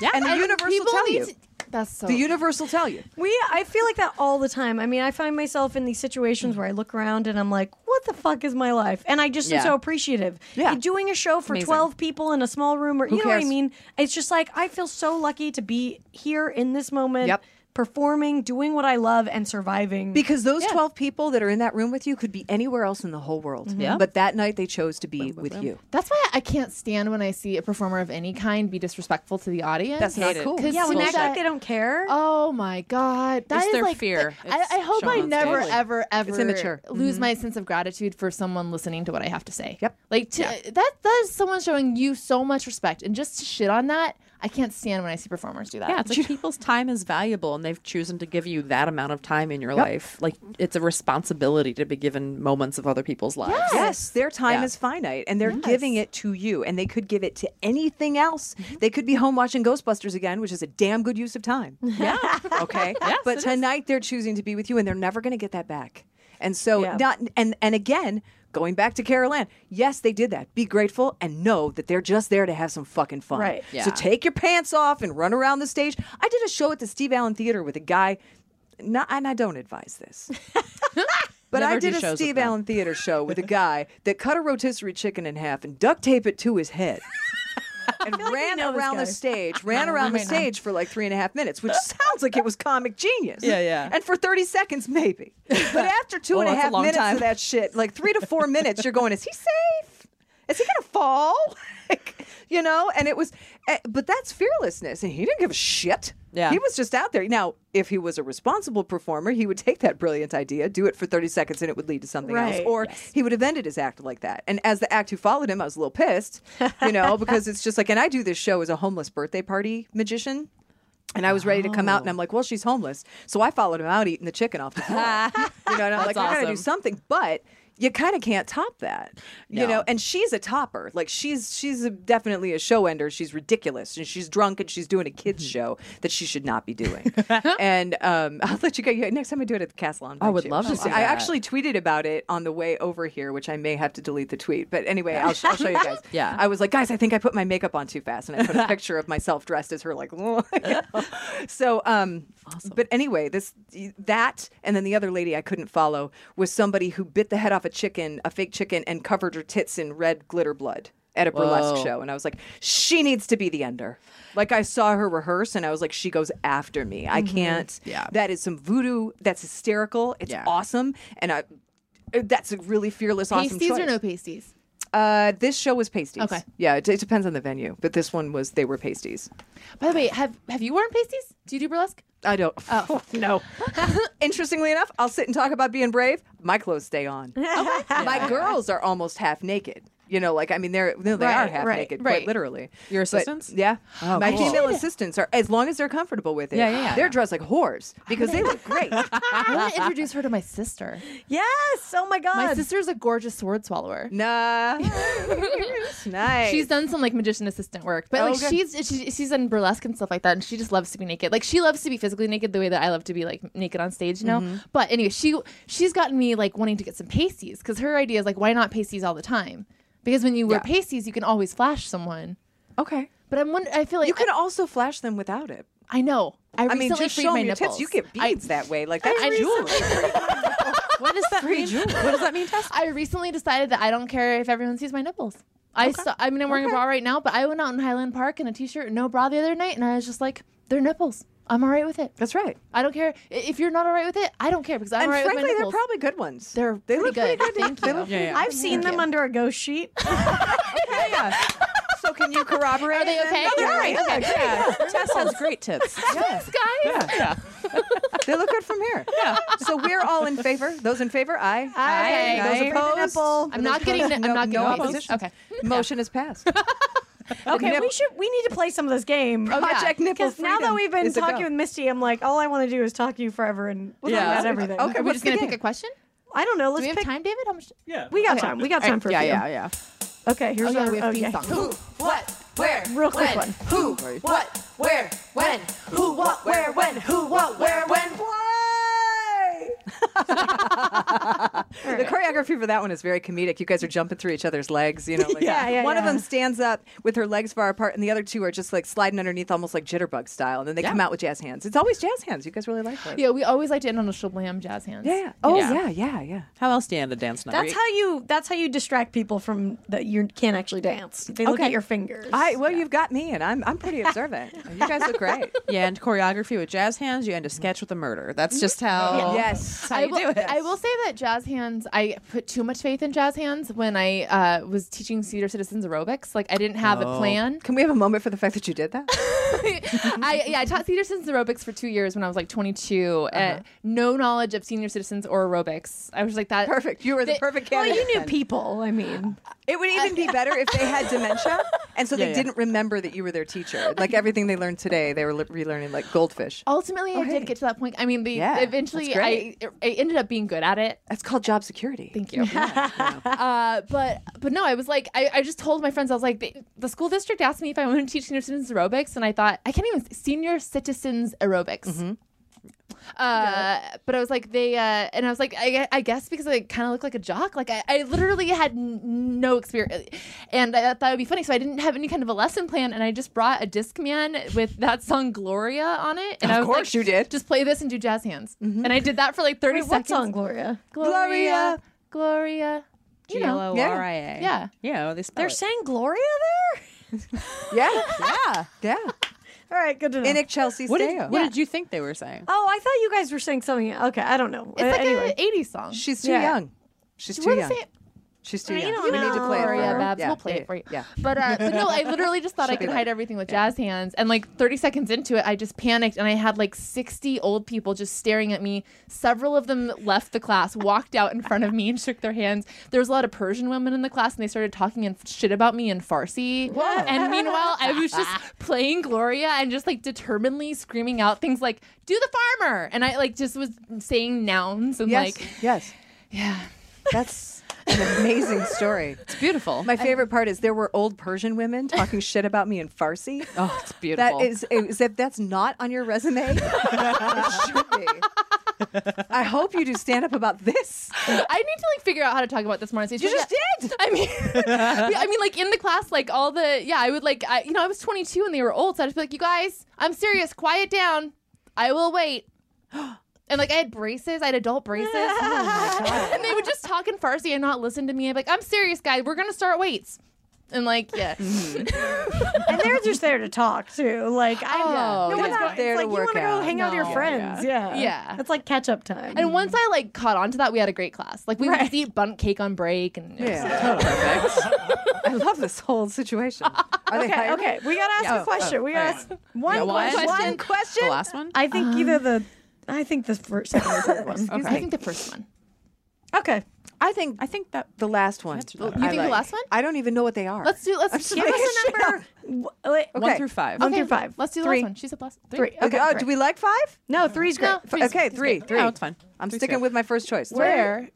yeah. And the universe will People tell need you. to- Oh. That's so. The universe will tell you. We, I feel like that all the time. I mean, I find myself in these Mm. situations where I look around and I'm like, what the fuck is my life? And I just Yeah. am so appreciative. Yeah. Doing a show for Amazing. 12 people in a small room, or you know what I cares? mean? It's just like, I feel so lucky to be here in this moment, Yep. performing, doing what I love, and surviving. Because those 12 people that are in that room with you could be anywhere else in the whole world. Mm-hmm. Yeah. But that night they chose to be with you. That's why I can't stand when I see a performer of any kind be disrespectful to the audience. That's not Hate it. cool. 'Cause yeah, when they act bullshit. like they don't care. Oh my god, that is It's their like fear. It's I, I hope I shown on never, stage. ever, ever immature. lose my sense of gratitude for someone listening to what I have to say. Yep. Like to, that, that is someone showing you so much respect, and just to shit on that, I can't stand when I see performers do that. Yeah, it's like people's time is valuable, and they've chosen to give you that amount of time in your life. Like it's a responsibility to be given moments of other people's lives. Yes, their time Yeah. is finite and they're giving it to you and they could give it to anything else. Mm-hmm. They could be home watching Ghostbusters again, which is a damn good use of time. Yeah. okay. but tonight they're choosing to be with you and they're never going to get that back. And so Yeah. not and and again, going back to Carol Ann, yes, they did that. Be grateful and know that they're just there to have some fucking fun. Right. Yeah. So take your pants off and run around the stage. I did a show at the Steve Allen Theater with a guy not, and I don't advise this. But Never I do did shows a with Steve them. Allen theater show with a guy that cut a rotisserie chicken in half and duct tape it to his head. And ran know this around guy. the stage, ran around the stage for like three and a half minutes, which sounds like it was comic genius. Yeah, yeah. And for 30 seconds, maybe. But after two Oh, and a that's a half long minutes time. of that shit, like three to four minutes, you're going, is he safe? Is he going to fall? like, you know? And it was, eh, but that's fearlessness. And he didn't give a shit. Yeah. He was just out there. Now, if he was a responsible performer, he would take that brilliant idea, do it for 30 seconds, and it would lead to something else. Right. Or he would have ended his act like that. And as the act who followed him, I was a little pissed, you know, because it's just like, and I do this show as a homeless birthday party magician. And I was ready to come out, and I'm like, well, she's homeless. So I followed him out eating the chicken off the floor. you know, and I'm like, I gotta do awesome. something. But you kind of can't top that, you No. know. And she's a topper. Like she's she's a, definitely a show ender. She's ridiculous, and she's drunk, and she's doing a kids Mm-hmm. show that she should not be doing. and um, I'll let you go. Yeah, next time I do it at the castle, on Oh, I would love to see I that. actually tweeted about it on the way over here, which I may have to delete the tweet. But anyway, I'll, sh- I'll show you guys. Yeah. I was like, guys, I think I put my makeup on too fast, and I put a picture of myself dressed as her, like. so um but anyway this that and then the other lady i couldn't follow was somebody who bit the head off a chicken a fake chicken and covered her tits in red glitter blood at a burlesque Whoa. show and i was like she needs to be the ender like i saw her rehearse and i was like she goes after me i Mm-hmm. can't Yeah. that is some voodoo that's hysterical it's Yeah. awesome and i that's a really fearless awesome pasties choice. or no pasties? uh this show was pasties Okay. yeah it, it depends on the venue but this one was they were pasties By the way, have have you worn pasties? Do you do burlesque? I don't. Oh, no. Interestingly enough, I'll sit and talk about being brave. My clothes stay on. My girls are almost half naked. You know, like I mean, they're no, they are Right, half right, naked, right. quite literally. Your But- assistants? yeah, Oh, my cool. female assistants are as long as they're comfortable with it. Yeah, yeah, yeah. They're dressed like whores because they look great. I want to introduce her to my sister. Yes. Oh my God. My sister's a gorgeous sword swallower. nah, nice. She's done some like magician assistant work, but like Oh, Okay. she's she, she's done burlesque and stuff like that, and she just loves to be naked. Like she loves to be physically naked the way that I love to be like naked on stage, you know. Mm-hmm. But anyway, she she's gotten me like wanting to get some pasties because her idea is like, why not pasties all the time? Because when you wear Yeah. pasties, you can always flash someone. okay. But I'm wonder I feel like You can also flash them without it. I, I know I, I mean, recently just freed show my 'em your nipples. tits. You get I- beads that way. Like that's I jewelry. What does that mean? What does that mean, Tess? I recently decided that I don't care if everyone sees my nipples. I saw, I mean, I'm wearing a bra right now, but I went out in Highland Park in a t-shirt and no bra the other night, and I was just like, they're nipples. I'm all right with it. That's right. I don't care I- if you're not all right with it. I don't care because I'm and all right frankly, with my they're nipples. probably good ones. They're they pretty look pretty good. good. Thank They you. look- Yeah, yeah. I've seen them under a ghost sheet. yeah, yeah. So can you corroborate? Are they then? okay? No, they're Yeah, great. yeah, Yeah, Tess has great tits. yeah. Guys, Yeah. they look good from here. Yeah. So we're all in favor. Those in favor, aye. Aye. Those Aye. opposed. Nipple. I'm not getting. I'm No- not no getting pasties. opposition. Okay. Oh, Motion is passed. Okay, nip- we should. We need to play some of this game. yeah. Project nipple Because now that freedom we've been is a go. talking with Misty, I'm like, all I want to do is talk to you forever, and we'll Yeah. talk about everything. Okay. Are we what's just the gonna pick game? a question? I don't know. Do Let's we have pick. time, David? How much? Yeah. We got time. We got time for a yeah, few. yeah, yeah. Okay, here's Oh our yeah, we have oh, theme yeah. song. What? Where? Real quick one. Who? What? Where? When? Who? What? Where? When? Who? What? Where? When? Why? The choreography for that one is very comedic. You guys are jumping through each other's legs, you know. Like Yeah, yeah, One of yeah. them stands up with her legs far apart, and the other two are just like sliding underneath, almost like jitterbug style. And then they come out with jazz hands. It's always jazz hands. You guys really like those. Yeah, we always like to end on a shablam jazz hands. Yeah. yeah. Oh Yeah. yeah, yeah, yeah. How else do you end a dance night? That's how you. That's how you distract people from that you can't actually dance. They look Okay. at your fingers. I well, you've got me, and I'm I'm pretty observant. you guys look great. Yeah, and choreography with jazz hands, you end a sketch with a murder. That's just how. Yes. how I you will, do it. I will say that jazz hands, I put too much faith in jazz hands when I uh, was teaching senior citizens aerobics. Like, I didn't have a plan. Can we have a moment for the fact that you did that? I, yeah, I taught senior citizens aerobics for two years when I was like 22. uh no knowledge of senior citizens or aerobics. I was like, that. Perfect. You were the They- perfect well, candidate. you knew then. people. I mean, It would even be better if they had dementia, and so they Yeah, yeah. didn't remember that you were their teacher. Like everything they learned today, they were li- relearning like goldfish. Ultimately, I hey. did get to that point. I mean, the, Yeah, that's eventually, I, great. I ended up being good at it. That's called job security. Thank you. uh, but but no, I was like, I, I just told my friends, I was like, they, the school district asked me if I wanted to teach senior citizens aerobics, and I thought I can't even senior citizens aerobics. Uh, but I was like, they, uh, and I was like, I, gue- I guess because I kind of look like a jock. Like I, I literally had n- no experience, and I thought it would be funny. So I didn't have any kind of a lesson plan, and I just brought a disc man with that song Gloria on it, and I was course like, you did. Just play this and do jazz hands, and I did that for like thirty wait, what seconds. song, Gloria? Gloria, Gloria. You G know. L O R I A. Yeah. Yeah, they spell They're it. saying Gloria there. Yeah, yeah, yeah. All right, good to know. In Chelsea Ah, What, did, Stayo. what did you think they were saying? oh, I thought you guys were saying something. Okay, I don't know. It's Uh, like anyway. an 80s song. She's too Yeah. young. She's too We're the young. same- She's too You young. don't We need to know. play it for Gloria her. Babs, Yeah, we'll play yeah, it for you. Yeah. But, uh, but no, I literally just thought I could hide everything with jazz hands. And like 30 seconds into it, I just panicked and I had like 60 old people just staring at me. Several of them left the class, walked out in front of me and shook their hands. There was a lot of Persian women in the class and they started talking and shit about me in Farsi. And meanwhile, I was just playing Gloria and just like determinedly screaming out things like, do the farmer. And I like just was saying nouns and Yes, like, yes. yeah. That's an amazing story. It's beautiful. My favorite part is there were old Persian women talking shit about me in Farsi. oh, it's beautiful. That is, is if that's not on your resume, it should be. I hope you do stand up about this. I need to like figure out how to talk about this more on stage. You But just yeah, I mean, yeah, I mean, like in the class, like all the yeah, I would like, I, you know, I was 22 and they were old, so I'd just be like, you guys, I'm serious, quiet down, I will wait. And like I had braces, I had adult braces, Oh and they would just talk in Farsi and not listen to me. I'm like, I'm serious, guys, we're gonna start weights, and like yeah, Mm-hmm. and they're just there to talk too. Like I Oh, no yeah. one's Not not, there it's to like you work want to go out. hang out with No. your friends. Yeah, Yeah. It's like catch up time. And once I like caught on to that, we had a great class. Like we would just eat bunt cake on break, and Yeah, perfect. I love this whole situation. Are they okay, hiring? okay, we gotta ask Yeah. a question. we gotta alright. ask one Yeah, one question. question. One question. the last one. Um, I think either the, I think the first second or third one. Excuse I me. think the first one. Okay. I think I think that the last one. That's another I You think the last one? I don't even know what they are. Let's do. Let's I'm just give us making a shit number. up. W- wait, Okay. one through five. Oh, One through five. Let's do the Three. last one. She's a plus three. Three. Okay. Oh, do we like five? No, three's great. No, three. Three's- okay, three's three, good. three. No, Oh, it's fine. I'm Three's sticking good. with my first choice. Three. Where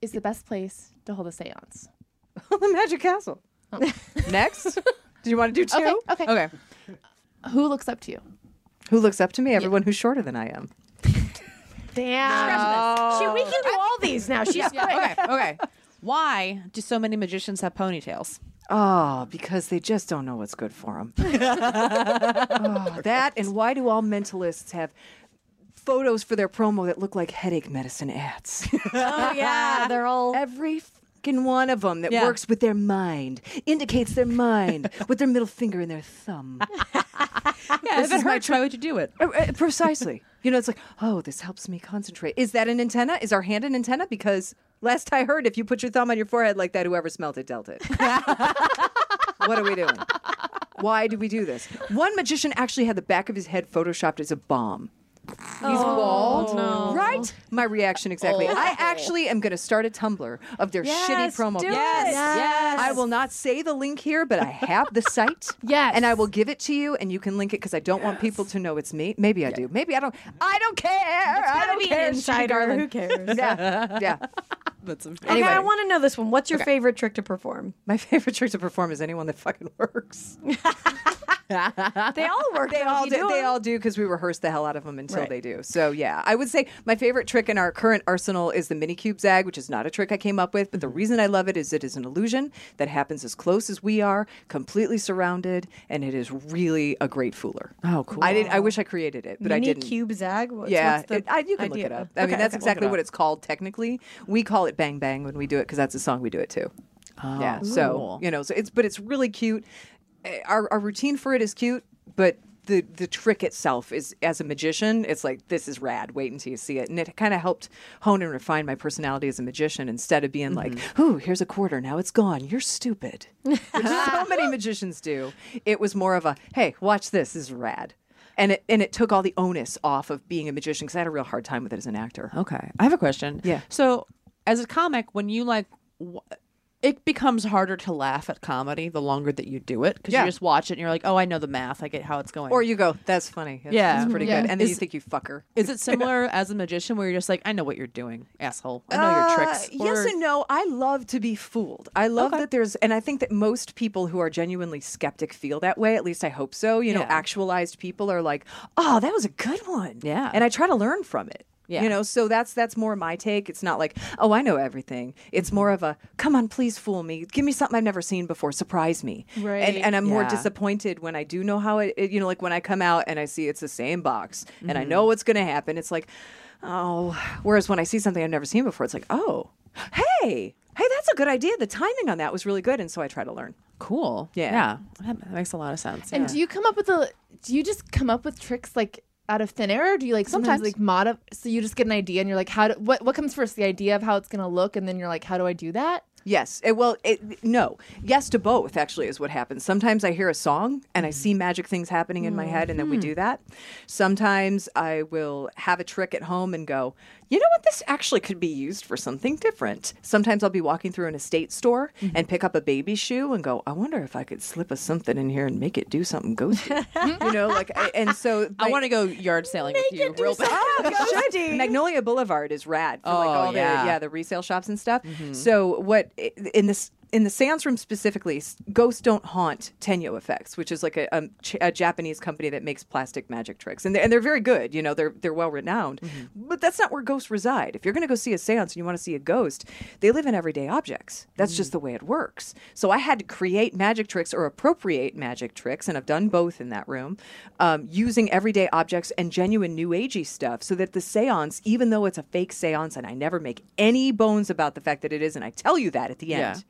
is the best place to hold a Oh. séance? the Magic Castle. Next. Do you want to do two? Okay. Okay. Okay. Who looks up to you? Who looks up to me? Everyone who's shorter than I am. Damn. Shoot, we can do all these now. She's quick. Okay. Okay. Why do so many magicians have ponytails? Oh, because they just don't know what's good for them. that and why do all mentalists have photos for their promo that look like headache medicine ads? Oh yeah, they're all. Every fucking one of them that Yeah. works with their mind indicates their mind with their middle finger and their thumb. Yeah, if it hurts, why would you do it? Uh, uh, Precisely. You know, it's like, oh, this helps me concentrate. Is that an antenna? Is our hand an antenna? Because last I heard, if you put your thumb on your forehead like that, whoever smelt it dealt it. what are we doing? Why do we do this? One magician actually had the back of his head photoshopped as a bomb. He's Oh, bald, right? My reaction exactly. I actually am going to start a Tumblr of their shitty Yes, promo. do pics. it. Yes. I will not say the link here, but I have the site. Yes. And I will give it to you and you can link it because I don't want people to know it's me. Maybe I do. Maybe I don't. I don't care. I Gotta don't be care. an Shitty insider. darling. Who cares? Yeah. Yeah. That's Okay, Anyway. I want to know this one. What's your favorite trick to perform? My favorite trick to perform is anyone that fucking works. They all work. They though, if all you do. They them. all do because we rehearse the hell out of them until Right. they do. So yeah, I would say my favorite trick in our current arsenal is the mini cube zag, which is not a trick I came up with, but Mm-hmm. the reason I love it is it is an illusion that happens as close as we are, completely surrounded, and it is really a great fooler. Oh, cool. I did. I wish I created it, but Mini I didn't. cube zag. What's, yeah, what's the it- I, you can idea? look it up. I mean, that's exactly what it's called technically. We call it bang bang when we do it because that's a song we do it to. yeah, so Cool. you know, so it's but it's really cute. Eh, Our our routine for it is cute, but the the trick itself is as a magician, it's like this is rad. Wait until you see it, and it kind of helped hone and refine my personality as a magician instead of being like, "Ooh, here's a quarter, now it's gone. You're stupid," which so many magicians do. It was more of a, "Hey, watch this. This is rad." And it, and it took all the onus off of being a magician because I had a real hard time with it as an actor. Okay. I have a question. Yeah. So, as a comic, when you like, w- it becomes harder to laugh at comedy the longer that you do it because Yeah. you just watch it and you're like, oh, I know the math. I get how it's going. Or you go, that's funny. That's, Yeah. that's pretty Yeah. good. And then you Is- think you fucker. Is it similar as a magician where you're just like, I know what you're doing, asshole. I know your tricks. Uh, yes Or- and no. I love to be fooled. I love that there's, and I think that most people who are genuinely skeptic feel that way. At least I hope so. You know, Yeah. actualized people are like, oh, that was a good one. Yeah. And I try to learn from it. Yeah. You know, so that's that's more my take. It's not like, oh, I know everything. It's more of a, come on, please fool me. Give me something I've never seen before. Surprise me. Right. And, and I'm more Yeah. disappointed when I do know how it, it- you know, like when I come out and I see it's the same box and I know what's going to happen. It's like, oh. Whereas when I see something I've never seen before, it's like, oh, hey, hey, that's a good idea. The timing on that was really good. And so I try to learn. Cool. Yeah. Yeah. That that makes a lot of sense. And yeah. do you come up with the? Do you just come up with tricks like out of thin air? Or do you like sometimes, Sometimes. like mod? So you just get an idea and you're like, how? Do, what what comes first? The idea of how it's gonna look, and then you're like, how do I do that? Yes. It, well, it, no. Yes to both, actually, is what happens. Sometimes I hear a song and I see magic things happening in my head, and then we do that. Sometimes I will have a trick at home and go, you know what? This actually could be used for something different. Sometimes I'll be walking through an estate store and pick up a baby shoe and go, I wonder if I could slip a something in here and make it do something ghosty. you know, like, I, and so I my- want to go yard sailing with you real bad. Oh, it should. Magnolia Boulevard is rad for like Oh, all yeah. Mm-hmm. the yeah the resale shops and stuff. So what in this in the seance room specifically, s- ghosts don't haunt Tenyo Effects, which is like a, a, Ch- a Japanese company that makes plastic magic tricks, and they're, and they're very good. You know, they're they're well renowned, Mm-hmm. but that's not where ghosts reside. If you're going to go see a seance and you want to see a ghost, they live in everyday objects. Mm. That's just the way it works. So I had to create magic tricks or appropriate magic tricks, and I've done both in that room, um, using everyday objects and genuine new agey stuff so that the seance, even though it's a fake seance and I never make any bones about the fact that it is, and I tell you that at the end,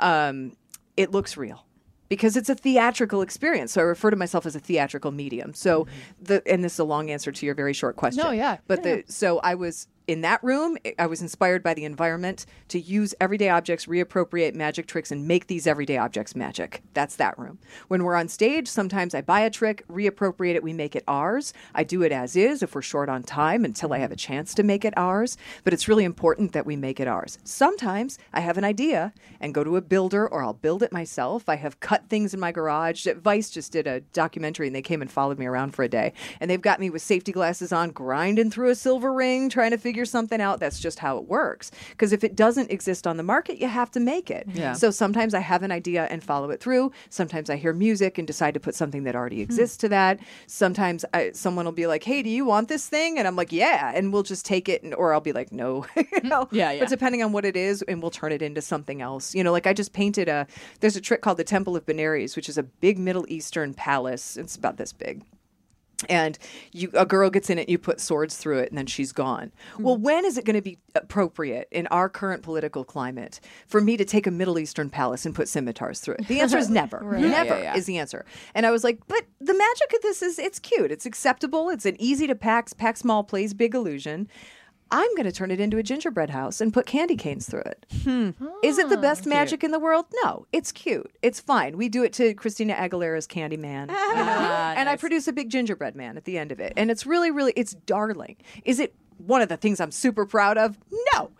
um, it looks real. Because it's a theatrical experience, so I refer to myself as a theatrical medium. So, the and this is a long answer to your very short question. Mm-hmm. No, yeah. But Yeah, the so I was in that room, eh, I- I was inspired by the environment to use everyday objects, reappropriate magic tricks, and make these everyday objects magic. That's that room. When we're on stage, sometimes I buy a trick, reappropriate it, we make it ours. I do it as is if we're short on time until I have a chance to make it ours. But it's really important that we make it ours. Sometimes I have an idea and go to a builder or I'll build it myself. I have cut things in my garage. Vice just did a documentary and they came and followed me around for a day. And they've got me with safety glasses on, grinding through a silver ring, trying to figure something out. That's just how it works. Because if it doesn't exist on the market, you have to make it. Yeah. So sometimes I have an idea and follow it through. Sometimes I hear music and decide to put something that Hmm. already exists to that. Sometimes I, someone will be like, hey, do you want this thing? And I'm like, yeah. And we'll just take it. And, or I'll be like, no. you know? Yeah, Hmm. yeah. But depending on what it is, and we'll turn it into something else. You know, like I just painted a, there's a trick called the Temple of Benares, which is a big Middle Eastern palace. It's about this big and you a girl gets in it you put swords through it and then she's gone Hmm. well when is it going to be appropriate in our current political climate for me to take a middle eastern palace and put scimitars through it the answer is never never Yeah, yeah, yeah. is the answer and i was like but the magic of this is it's cute it's acceptable it's an easy to pack pack small plays big illusion I'm going to turn it into a gingerbread house and put candy canes through it. Is Hmm. it Ah, the best magic in the world? No, it's cute. It's fine. We do it to Christina Aguilera's Candyman Ah, and I nice. produce a big gingerbread man at the end of it. And it's really, really, it's darling. Is it one of the things I'm super proud of? No,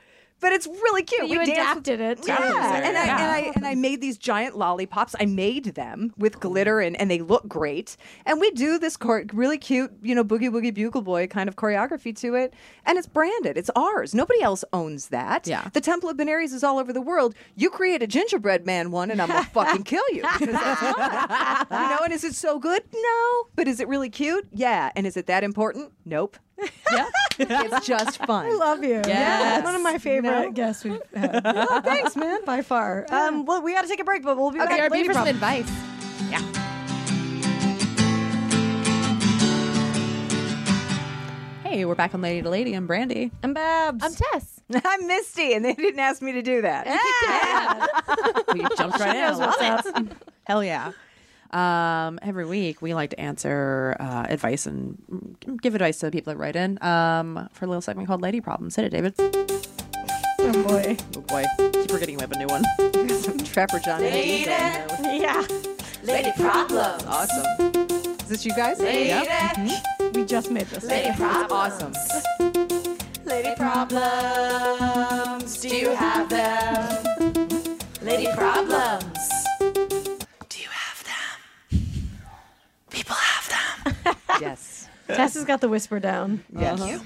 but it's really cute. you danced with- adapted it. to- yeah, and I, yeah. and I and I made these giant lollipops. I made them with glitter and, and they look great. And we do this chor- really cute, you know, boogie woogie bugle boy kind of choreography to it. And it's branded. It's ours. Nobody else owns that. Yeah. The Temple of Benares is all over the world. You create a gingerbread man one, and I'm gonna fucking kill you. because that's mine. you know. And is it so good? No. But is it really cute? Yeah. And is it that important? Nope. Yeah. It's just fun. I love you. Yes. One of my favorite guests we've had. oh, thanks, man. By far. Um, well, we got to take a break, but we'll be Okay, back our later. beauty for some advice. Hey, we're back on Lady to Lady. I'm Brandy. I'm Babs. I'm Tess. I'm Misty, and they didn't ask me to do that. We jumped right in. I love it. Hell yeah. Um, every week we like to answer uh, advice and give advice to the people that write in um, for a little segment called Lady Problems. Hit it, David. oh, boy. Oh boy, keep forgetting we have a new one. Trapper John. Yeah. Lady Problems. Awesome. Is this you guys? Lady, We just made this. lady Problems. Awesome. Lady Problems. Do you have them? Lady Problems. Do you have them? People have them. Yes. Tess has got the whisper down. Uh-huh.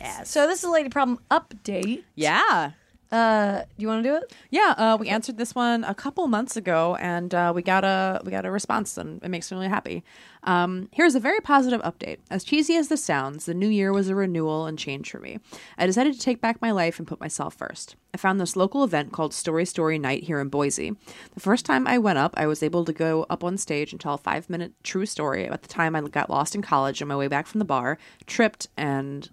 Yes. So this is a lady problem update. Yeah. Uh, do you want to do it? Yeah, uh, we answered this one a couple months ago, and uh, we got a we got a response, and it makes me really happy. Um, here's a very positive update. As cheesy as this sounds, the new year was a renewal and change for me. I decided to take back my life and put myself first. I found this local event called Story Story Night here in Boise. The first time I went up, I was able to go up on stage and tell a five minute true story about the time I got lost in college on my way back from the bar, tripped, and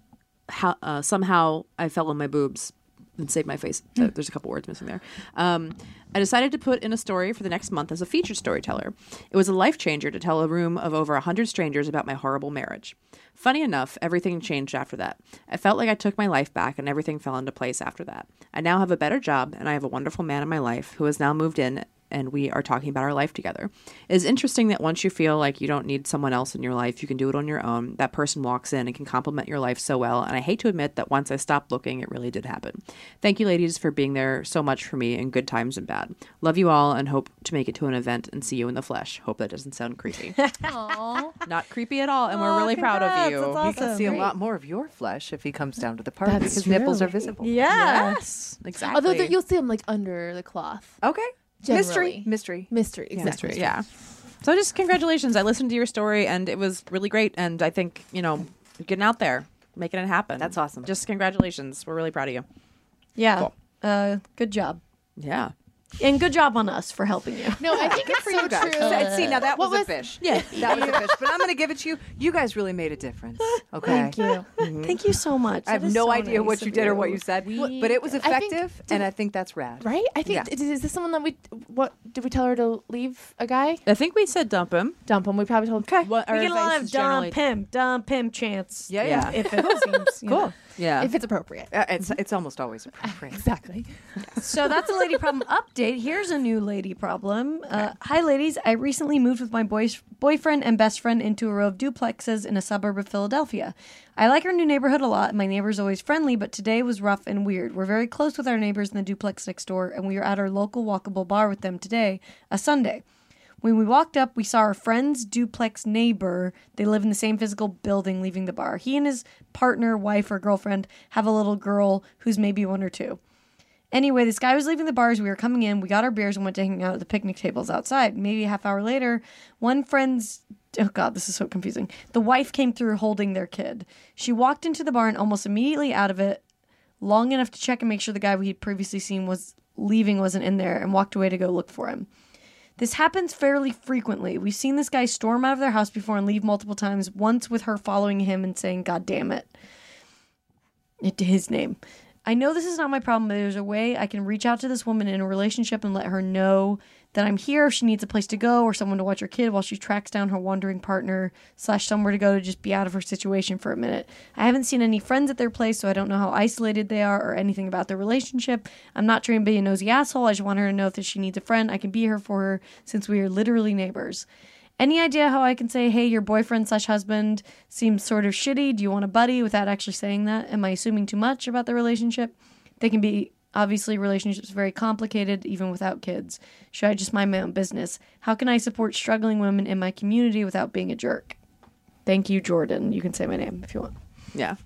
how, uh, somehow I fell on my boobs and saved my face. Uh, There's a couple words missing there. Um, I decided to put in a story for the next month as a featured storyteller. It was a life changer to tell a room of over 100 strangers about my horrible marriage. Funny enough, everything changed after that. I felt like I took my life back and everything fell into place after that. I now have a better job and I have a wonderful man in my life who has now moved in and we are talking about our life together. It is interesting that once you feel like you don't need someone else in your life, you can do it on your own. That person walks in and can complement your life so well. And I hate to admit that once I stopped looking, it really did happen. Thank you, ladies, for being there so much for me in good times and bad. Love you all and hope to make it to an event and see you in the flesh. Hope that doesn't sound creepy. Aww. Not creepy at all. And we're really proud of you. That's You awesome. can see a lot more of your flesh if he comes down to the park That's because nipples are visible. Yeah. Yes, exactly. Although that you'll see them like under the cloth. Okay. Generally. Mystery. Uh, Mystery. Mystery. Exactly. mystery. Yeah. So just congratulations. I listened to your story and it was really great. And I think, you know, getting out there, making it happen. That's awesome. Just congratulations. We're really proud of you. Yeah. Uh, good job. Yeah. And good job on us for helping you. No, I think it's so You guys. true. Uh, See, now that was, What a fish. Yeah. That was a fish. But I'm going to give it to you. You guys really made a difference. Okay. Thank you. Thank you so much. Mm-hmm. I have no idea what you did or what you said, but it was I think- effective, and I think that's rad. Right? I think Yeah. is, is this someone that we what did we tell her to leave a guy? I think we said dump him. Dump him. We probably told What We our get a lot advice of is generally- dump him, dump him chance. Yeah, yeah. If if it seems. you know. Cool. Yeah. if it's appropriate. Uh, It's it's almost always appropriate. Exactly. So that's a lady problem update. Here's a new lady problem. Uh, hi, ladies. I recently moved with my boy- boyfriend and best friend into a row of duplexes in a suburb of Philadelphia. I like our new neighborhood a lot. My neighbor's always friendly, but today was rough and weird. We're very close with our neighbors in the duplex next door, and we were at our local walkable bar with them today, a Sunday. When we walked up, we saw our friend's duplex neighbor. They live in the same physical building, leaving the bar. He and his partner, wife, or girlfriend have a little girl who's maybe one or two. Anyway, this guy was leaving the bars. We were coming in. We got our beers and went to hang out at the picnic tables outside. Maybe a half hour later, one friend's. Oh, God, this is so confusing. The wife came through holding their kid. She walked into the bar and almost immediately out of it, long enough to check and make sure the guy we had previously seen was leaving wasn't in there and walked away to go look for him. This happens fairly frequently. We've seen this guy storm out of their house before and leave multiple times, once with her following him and saying, God damn it it- his name. I know this is not my problem, but there's a way I can reach out to this woman in a relationship and let her know that I'm here if she needs a place to go or someone to watch her kid while she tracks down her wandering partner slash somewhere to go to just be out of her situation for a minute. I haven't seen any friends at their place, so I don't know how isolated they are or anything about their relationship. I'm not trying to be a nosy asshole. I just want her to know that she needs a friend. I can be here for her since we are literally neighbors. Any idea how I can say, hey, your boyfriend slash husband seems sort of shitty? Do you want a buddy without actually saying that? Am I assuming too much about the relationship? They can be obviously relationships very complicated even without kids. Should I just mind my own business? How can I support struggling women in my community without being a jerk? Thank you, Jordan. You can say my name if you want. yeah.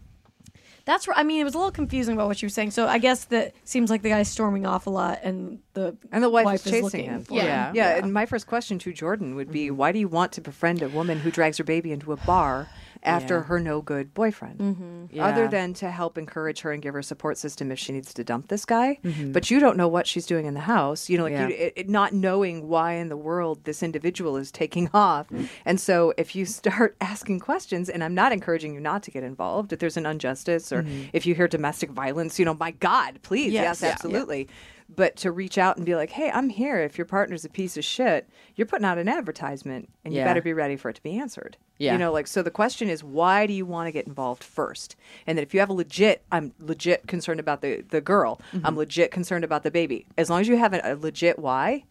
That's right. I mean, it was a little confusing about what you were saying. So I guess that seems like the guy's storming off a lot, and the And the wife, is chasing looking him. for Yeah. yeah. And my first question to Jordan would be, why do you want to befriend a woman who drags her baby into a bar after Yeah. her no good boyfriend? Yeah. Other than to help encourage her and give her a support system if she needs to dump this guy, but you don't know what she's doing in the house. You know, like Mm-hmm. Yeah. you, it, it- not knowing why in the world this individual is taking off. Mm. And so, if you start asking questions, and I'm not encouraging you not to get involved, if there's an injustice or Mm-hmm. if you hear domestic violence, you know, my God, please, yes, absolutely. But to reach out and be like, hey, I'm here. If your partner's a piece of shit, you're putting out an advertisement and Yeah. you better be ready for it to be answered. Yeah. You know, like, so the question is, why do you want to get involved first? And then if you have a legit, I'm legit concerned about the, the girl, I'm legit concerned about the baby. As long as you have a, a legit why,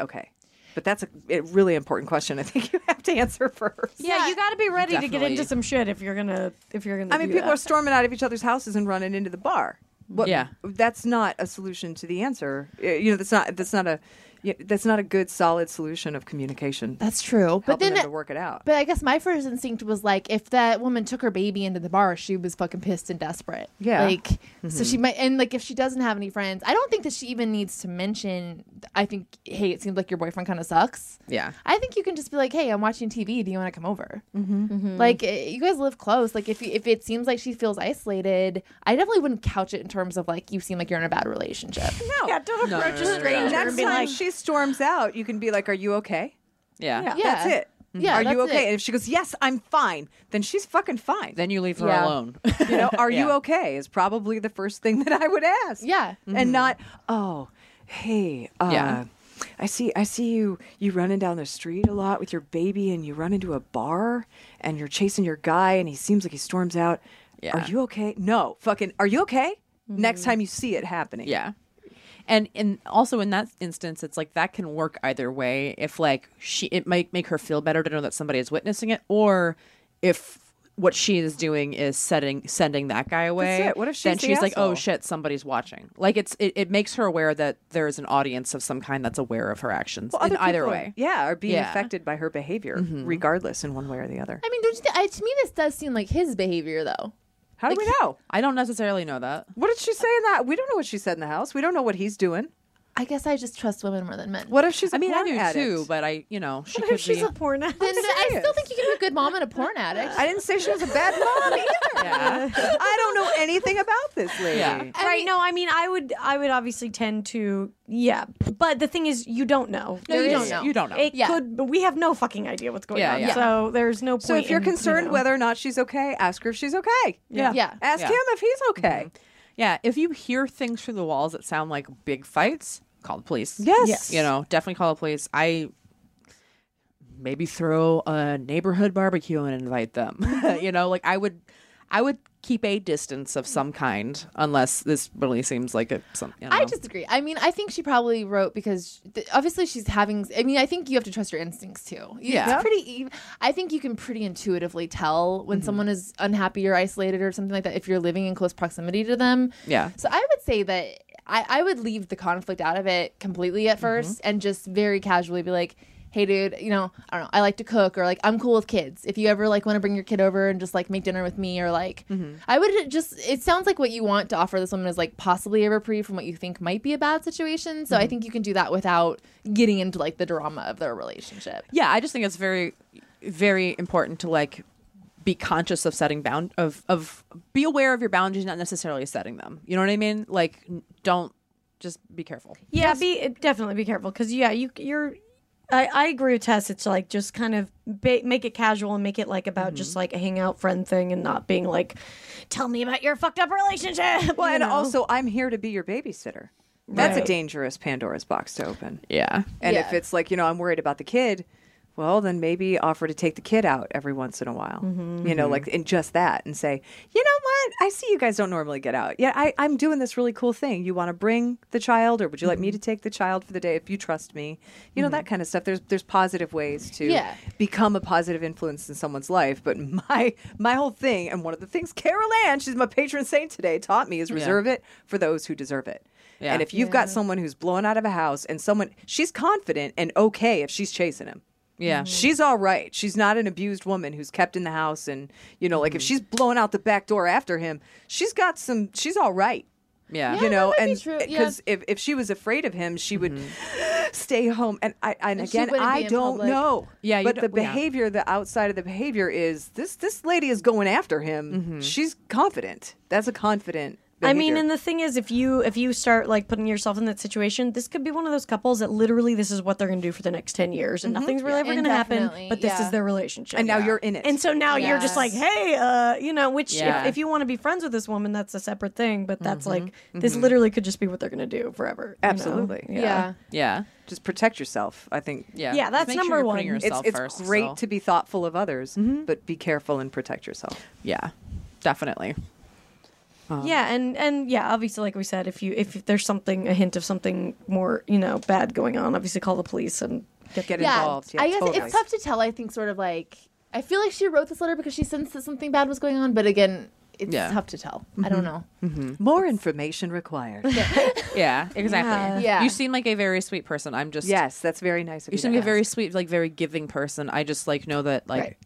okay. But that's a, a really important question I think you have to answer first. Yeah, you got to be ready to get Definitely. into some shit if you're gonna if you're gonna. I mean, do people that. are storming out of each other's houses and running into the bar. What, Yeah. that's not a solution to the answer. Uh, You know, that's not that's not a you know, that's not a good solid solution of communication. That's true. But helping then them to work it out. But I guess my first instinct was like, if that woman took her baby into the bar, she was fucking pissed and desperate. Yeah. Mm-hmm. Like, so she might, and like, if she doesn't have any friends, I don't think that she even needs to mention, I think, hey, it seems like your boyfriend kind of sucks. Yeah. I think you can just be like, hey, I'm watching TV. Do you want to come over? Mm-hmm. Like, eh, you guys live close. Like, if, you- if it seems like she feels isolated, I definitely wouldn't couch it in terms of like, you seem like you're in a bad relationship. no, Yeah, don't approach no, no, a no. stranger next and be time like, she storms out, you can be like, "Are you okay?" Yeah. Yeah. Yeah. That's it. Yeah, Are you that's okay? it. And if she goes, "Yes, I'm fine," then she's fucking fine. Then you leave her Yeah. alone. you know, "Are you Yeah. okay?" is probably the first thing that I would ask. Yeah. and not, "Oh, hey, uh, Mm-hmm. Yeah. I see, I see you, you running down the street a lot with your baby, and you run into a bar, and you're chasing your guy, and he seems like he storms out. Yeah. Are you okay? No, fucking, are you okay? Next time you see it happening, Yeah. And and also in that instance, it's like that can work either way. If like she, it might make her feel better to know that somebody is witnessing it, or if what she is doing is setting sending that guy away. it. What if she's then the she's like, oh asshole?" shit, somebody's watching. Like it's it, it makes her aware that there is an audience of some kind that's aware of her actions. Well, other in either people, way, yeah, are being Yeah. Mm-hmm. affected by her behavior, regardless, in one way or the other. I mean, don't you think, I, to me, this does seem like his behavior, though. How do we know? I don't necessarily know that. What did she say in that? We don't know what she said in the house. We don't know what he's doing. I guess I just trust women more than men. What if she's? I I mean, I porn do addict? too, but I, you know, she What could if she's be. a porn addict? then I serious. still think you can be a good mom and a porn addict. I didn't say she was a bad mom either. Yeah. I don't know anything about this lady. Yeah. right? no, I mean, I would, I would obviously tend to, yeah. But the thing is, you don't know. No, you There don't is- know. You don't know. It Yeah. could, but we have no fucking idea what's going Yeah, on. yeah. So there's no point. So if you're in, concerned you know. whether or not she's okay, ask her if she's okay. Yeah. Yeah. Ask Yeah. Mm-hmm. him if he's okay. Yeah, if you hear things through the walls that sound like big fights, call the police. Yes. Yes. You know, definitely call the police. I Mm-hmm. maybe throw a neighborhood barbecue and invite them. you know, like I would I would keep a distance of some kind unless this really seems like a something. I disagree. I mean, I think she probably wrote because th- obviously she's having. I mean, I think you have to trust your instincts too. Yeah. it's pretty. ev- I think you can pretty intuitively tell when someone is unhappy or isolated or something like that if you're living in close proximity to them. Yeah. So I would say that I, I would leave the conflict out of it completely at 1st and just very casually be like. Hey dude, you know, I don't know, I like to cook or like I'm cool with kids. If you ever like want to bring your kid over and just like make dinner with me or like I would just it sounds like what you want to offer this woman is like possibly a reprieve from what you think might be a bad situation. So I think you can do that without getting into like the drama of their relationship. yeah i just think it's very very important to like be conscious of setting bound of of be aware of your boundaries not necessarily setting them you know what i mean like n- don't just be careful Yeah, be definitely be careful because yeah, you you're. I, I agree with Tess. It's like just kind of ba- make it casual and make it like about just Mm-hmm. like a hangout friend thing and not being like, tell me about your fucked up relationship. Well, you and know? also, I'm here to be your babysitter. That's a Right. dangerous Pandora's box to open. yeah And Yeah. if it's like, you know, I'm worried about the kid, well, then maybe offer to take the kid out every once in a while. Mm-hmm. You know, like, and just that and say, you know what? I see you guys don't normally get out. Yeah, I, I'm doing this really cool thing. You want to bring the child, or would you like Mm-hmm. me to take the child for the day if you trust me? You know, that kind of stuff. There's there's positive ways to Yeah. become a positive influence in someone's life. But my my whole thing, and one of the things Carol Ann, she's my patron saint today, taught me is reserve it for those who deserve it. Yeah. And if you've got someone who's blown out of a house and someone she's confident and okay if she's chasing him. yeah She's all right. She's not an abused woman who's kept in the house and you know, like Mm-hmm. if she's blowing out the back door after him, she's got some she's all right. yeah you know, might be and true. Yeah. because if, if she was afraid of him, she would Mm-hmm. stay home. And I and, And she again, wouldn't be I in don't public. know. Yeah, you but the don't- yeah. behavior, the outside of the behavior is this. This lady is going after him. Mm-hmm. She's confident. That's a confident. I mean, behavior. and the thing is, if you if you start like putting yourself in that situation, this could be one of those couples that literally this is what they're going to do for the next ten years, Mm-hmm. and nothing's really ever going to happen. Indefinitely, But this yeah. is their relationship, and now you're in it. And so now you're just like, Yes. hey, uh, you know, which Yeah. if, if you want to be friends with this woman, that's a separate thing. But that's like this literally could just be what they're going to do forever. you know? Absolutely. Yeah. yeah just protect yourself. I think. yeah Yeah, Just that's make number sure you're putting one. It's- It's, yourself it's first, great so- Mm-hmm. to be thoughtful of others, but be careful and protect yourself. yeah definitely Yeah, and and yeah, obviously, like we said, if you if there's something a hint of something more you know bad going on, obviously call the police and get Get yeah, involved. Yeah, I guess totally. it's tough to tell. I think sort of like I feel like she wrote this letter because she sensed that something bad was going on, but again, it's Yeah. tough to tell. Mm-hmm. I don't know. More information required. yeah exactly Yeah. you seem like a very sweet person i'm just yes, that's very nice of you. you seem to like a very ask. sweet like very giving person i just like know that like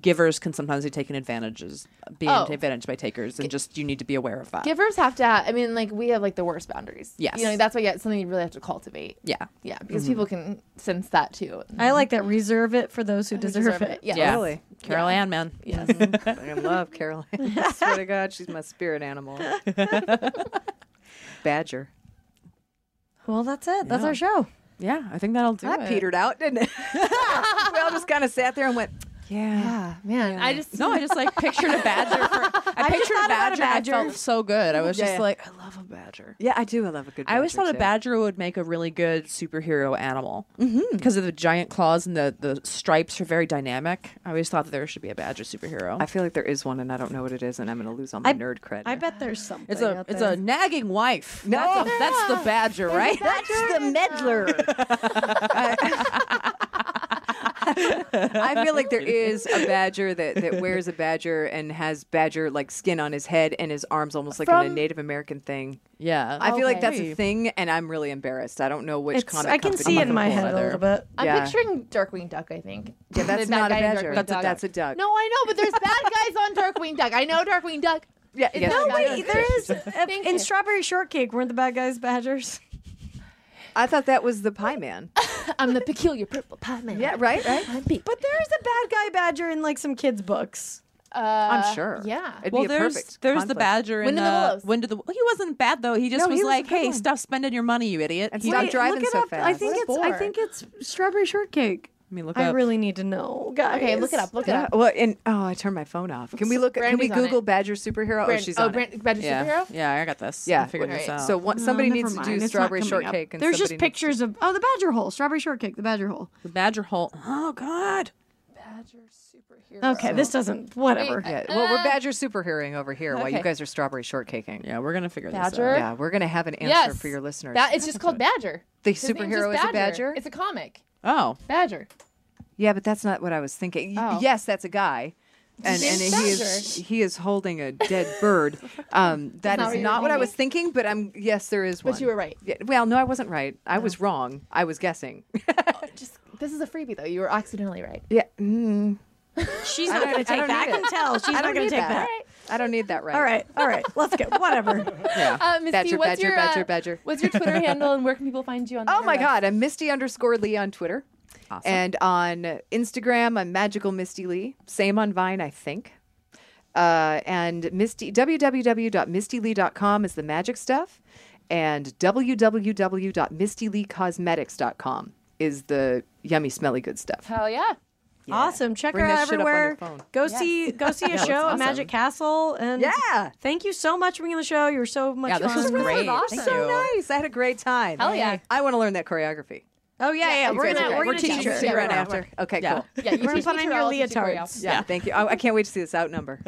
Givers can sometimes be taken advantages, be Oh. advantaged by takers, and just you need to be aware of that. Givers have to. Have, I mean, like we have like the worst boundaries. Yes. you know that's why yeah, it's something you really have to cultivate. yeah, yeah, because Mm-hmm. people can sense that too. I like that. Reserve it for those who deserve, it. Yeah. Yeah. Totally. Carol Ann, man. Yes. I love Caroline. I swear to God, she's my spirit animal. Badger. Well, that's it. That's our show. Yeah, I think that'll do That it. petered out, didn't it? we all just kind of sat there and went, yeah. yeah, Oh, man. I just No, I just like pictured a badger. For, I, pictured a badger, And I felt so good. I was just yeah. like, I love a badger. Yeah, I do. I love a good I always thought a too. badger would make a really good superhero animal because of the giant claws and the, the stripes are very dynamic. I always thought that there should be a badger superhero. I feel like there is one, and I don't know what it is, and I'm going to lose all my nerd cred. I bet there's something. it's a out it's there. a nagging wife. No. that's, the- that's the badger, right? That's the meddler. I feel like there is a badger that, that wears a badger and has badger like skin on his head and his arms almost like in a From- Native American thing. Yeah, I feel like that's Maybe. a thing, and I'm really embarrassed. I don't know which It's, comic. I can company see it I'm in my cool head with. a either. little bit. I'm Yeah. picturing Darkwing Duck. I think. Yeah, that's The bad not a guy in badger. Darkwing That's a- Duck. that's a duck. No, I know, but there's bad guys on Darkwing Duck. I know Darkwing Duck. Yeah, It's yes. not a No, wait, badger. There is Thank in you. Strawberry Shortcake. Weren't the bad guys badgers? I thought that was the Pie Man. I'm the peculiar purple pie man. yeah, right, right. I'm pink. But there is a bad guy badger in like some kids' books. Uh, I'm sure. Yeah. It'd Well, be a there's perfect there's the conflict. badger in Wind in the uh, Willows. Wind of the He wasn't bad though. He just No, was he was a like, good "Hey, one. stop spending your money, you idiot." And He- stop Wait, driving look it so up. I fast. think What a it's I bore. think it's Strawberry Shortcake. Let me look I up. really need to know, guys. Okay, look it up. Look it Yeah, up. well, and oh, I turned my phone off. Can we look? Brandy's can on we Google it. badger superhero? oh, she's oh, on it. Brand- Badger yeah, Superhero. yeah, I got this. Yeah. I figured this Alright. out. So one, No, somebody never needs mind. to do It's not strawberry coming up. shortcake. And There's just somebody needs- pictures of oh the badger hole, strawberry shortcake, the badger hole. the badger hole. Oh God, Badger superhero. Okay, this doesn't. Whatever. Yeah, well, we're Badger superheroing over here while you Okay. guys are strawberry shortcaking. Yeah. Yeah, we're gonna figure this out. Badger? we're gonna have an answer Yes. for your listeners. That it's just called Badger. the His name's superhero just is a badger. It's a comic. Oh, Badger. yeah, but that's not what I was thinking. Y- Oh. Yes, that's a guy, and and name's he is he is holding a dead bird. Um, that not is what you were not what I thinking. was thinking, but I'm yes, there is one. But you were right. Yeah, well, no, I wasn't right. I was wrong. I was guessing. Just this is a freebie though. You were accidentally right. yeah, mm, She's I not don't- going I to take don't that. I need can it. tell. She's I not don't going to need take that. that. I don't need that right. All right. All right. Let's go. Whatever. Yeah. Uh, Misty, Badger, what's badger, your, badger, uh, badger. What's your Twitter handle and where can people find you on? Oh my Letterboxd? God, I'm Misty underscore Lee on Twitter. Awesome. And on Instagram, I'm Magical Misty Lee. Same on Vine, I think. Uh, and Misty, www.mistylee.com is the magic stuff. And www.mistyleecosmetics.com is the yummy, smelly good stuff. Hell yeah. Awesome. Check Bring her that out shit up on your everywhere. phone. Go see go see a that's show at awesome. Magic Castle and Yeah. Thank you so much for being on the show. You were so much yeah, this fun. was great. awesome. Thank So you. nice. I had a great time. Hell yeah. I want to learn that choreography. Oh yeah, yeah. You We're guys gonna are great. we're gonna teaching teach her. you right Yeah, after. Okay, Yeah. cool. Yeah, you We're putting teach- teach on her your all, teach her all. leotards. Yeah, thank you. I, I can't wait to see this outnumber.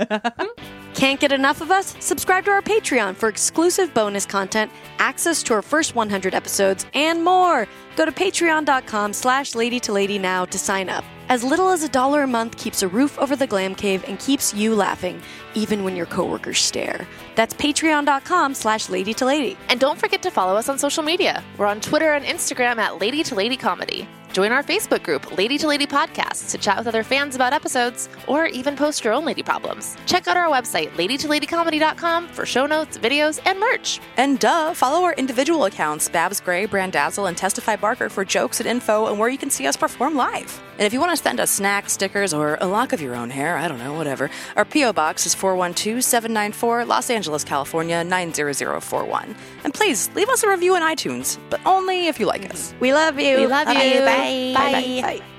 Can't get enough of us? Subscribe to our Patreon for exclusive bonus content, access to our first 100 episodes, and more. Go to patreon.com slash lady to lady now to sign up. As little as a dollar a month keeps a roof over the glam cave and keeps you laughing, even when your coworkers stare. That's patreon.com slash lady to lady. And don't forget to follow us on social media. We're on Twitter and Instagram at Lady to Lady Comedy. Join our Facebook group, Lady to Lady Podcast, to chat with other fans about episodes or even post your own lady problems. Check out our website, ladytoladycomedy.com, for show notes, videos, and merch. And duh, follow our individual accounts, Babs Gray, Brandazzle, and Testify Barker for jokes and info and where you can see us perform live. And if you want to send us snacks, stickers, or a lock of your own hair, I don't know, whatever, our P.O. Box is 412 794 Los Angeles, California 90041. And please leave us a review on iTunes, but only if you like us. We love you. We love you. Bye. Bye. Bye.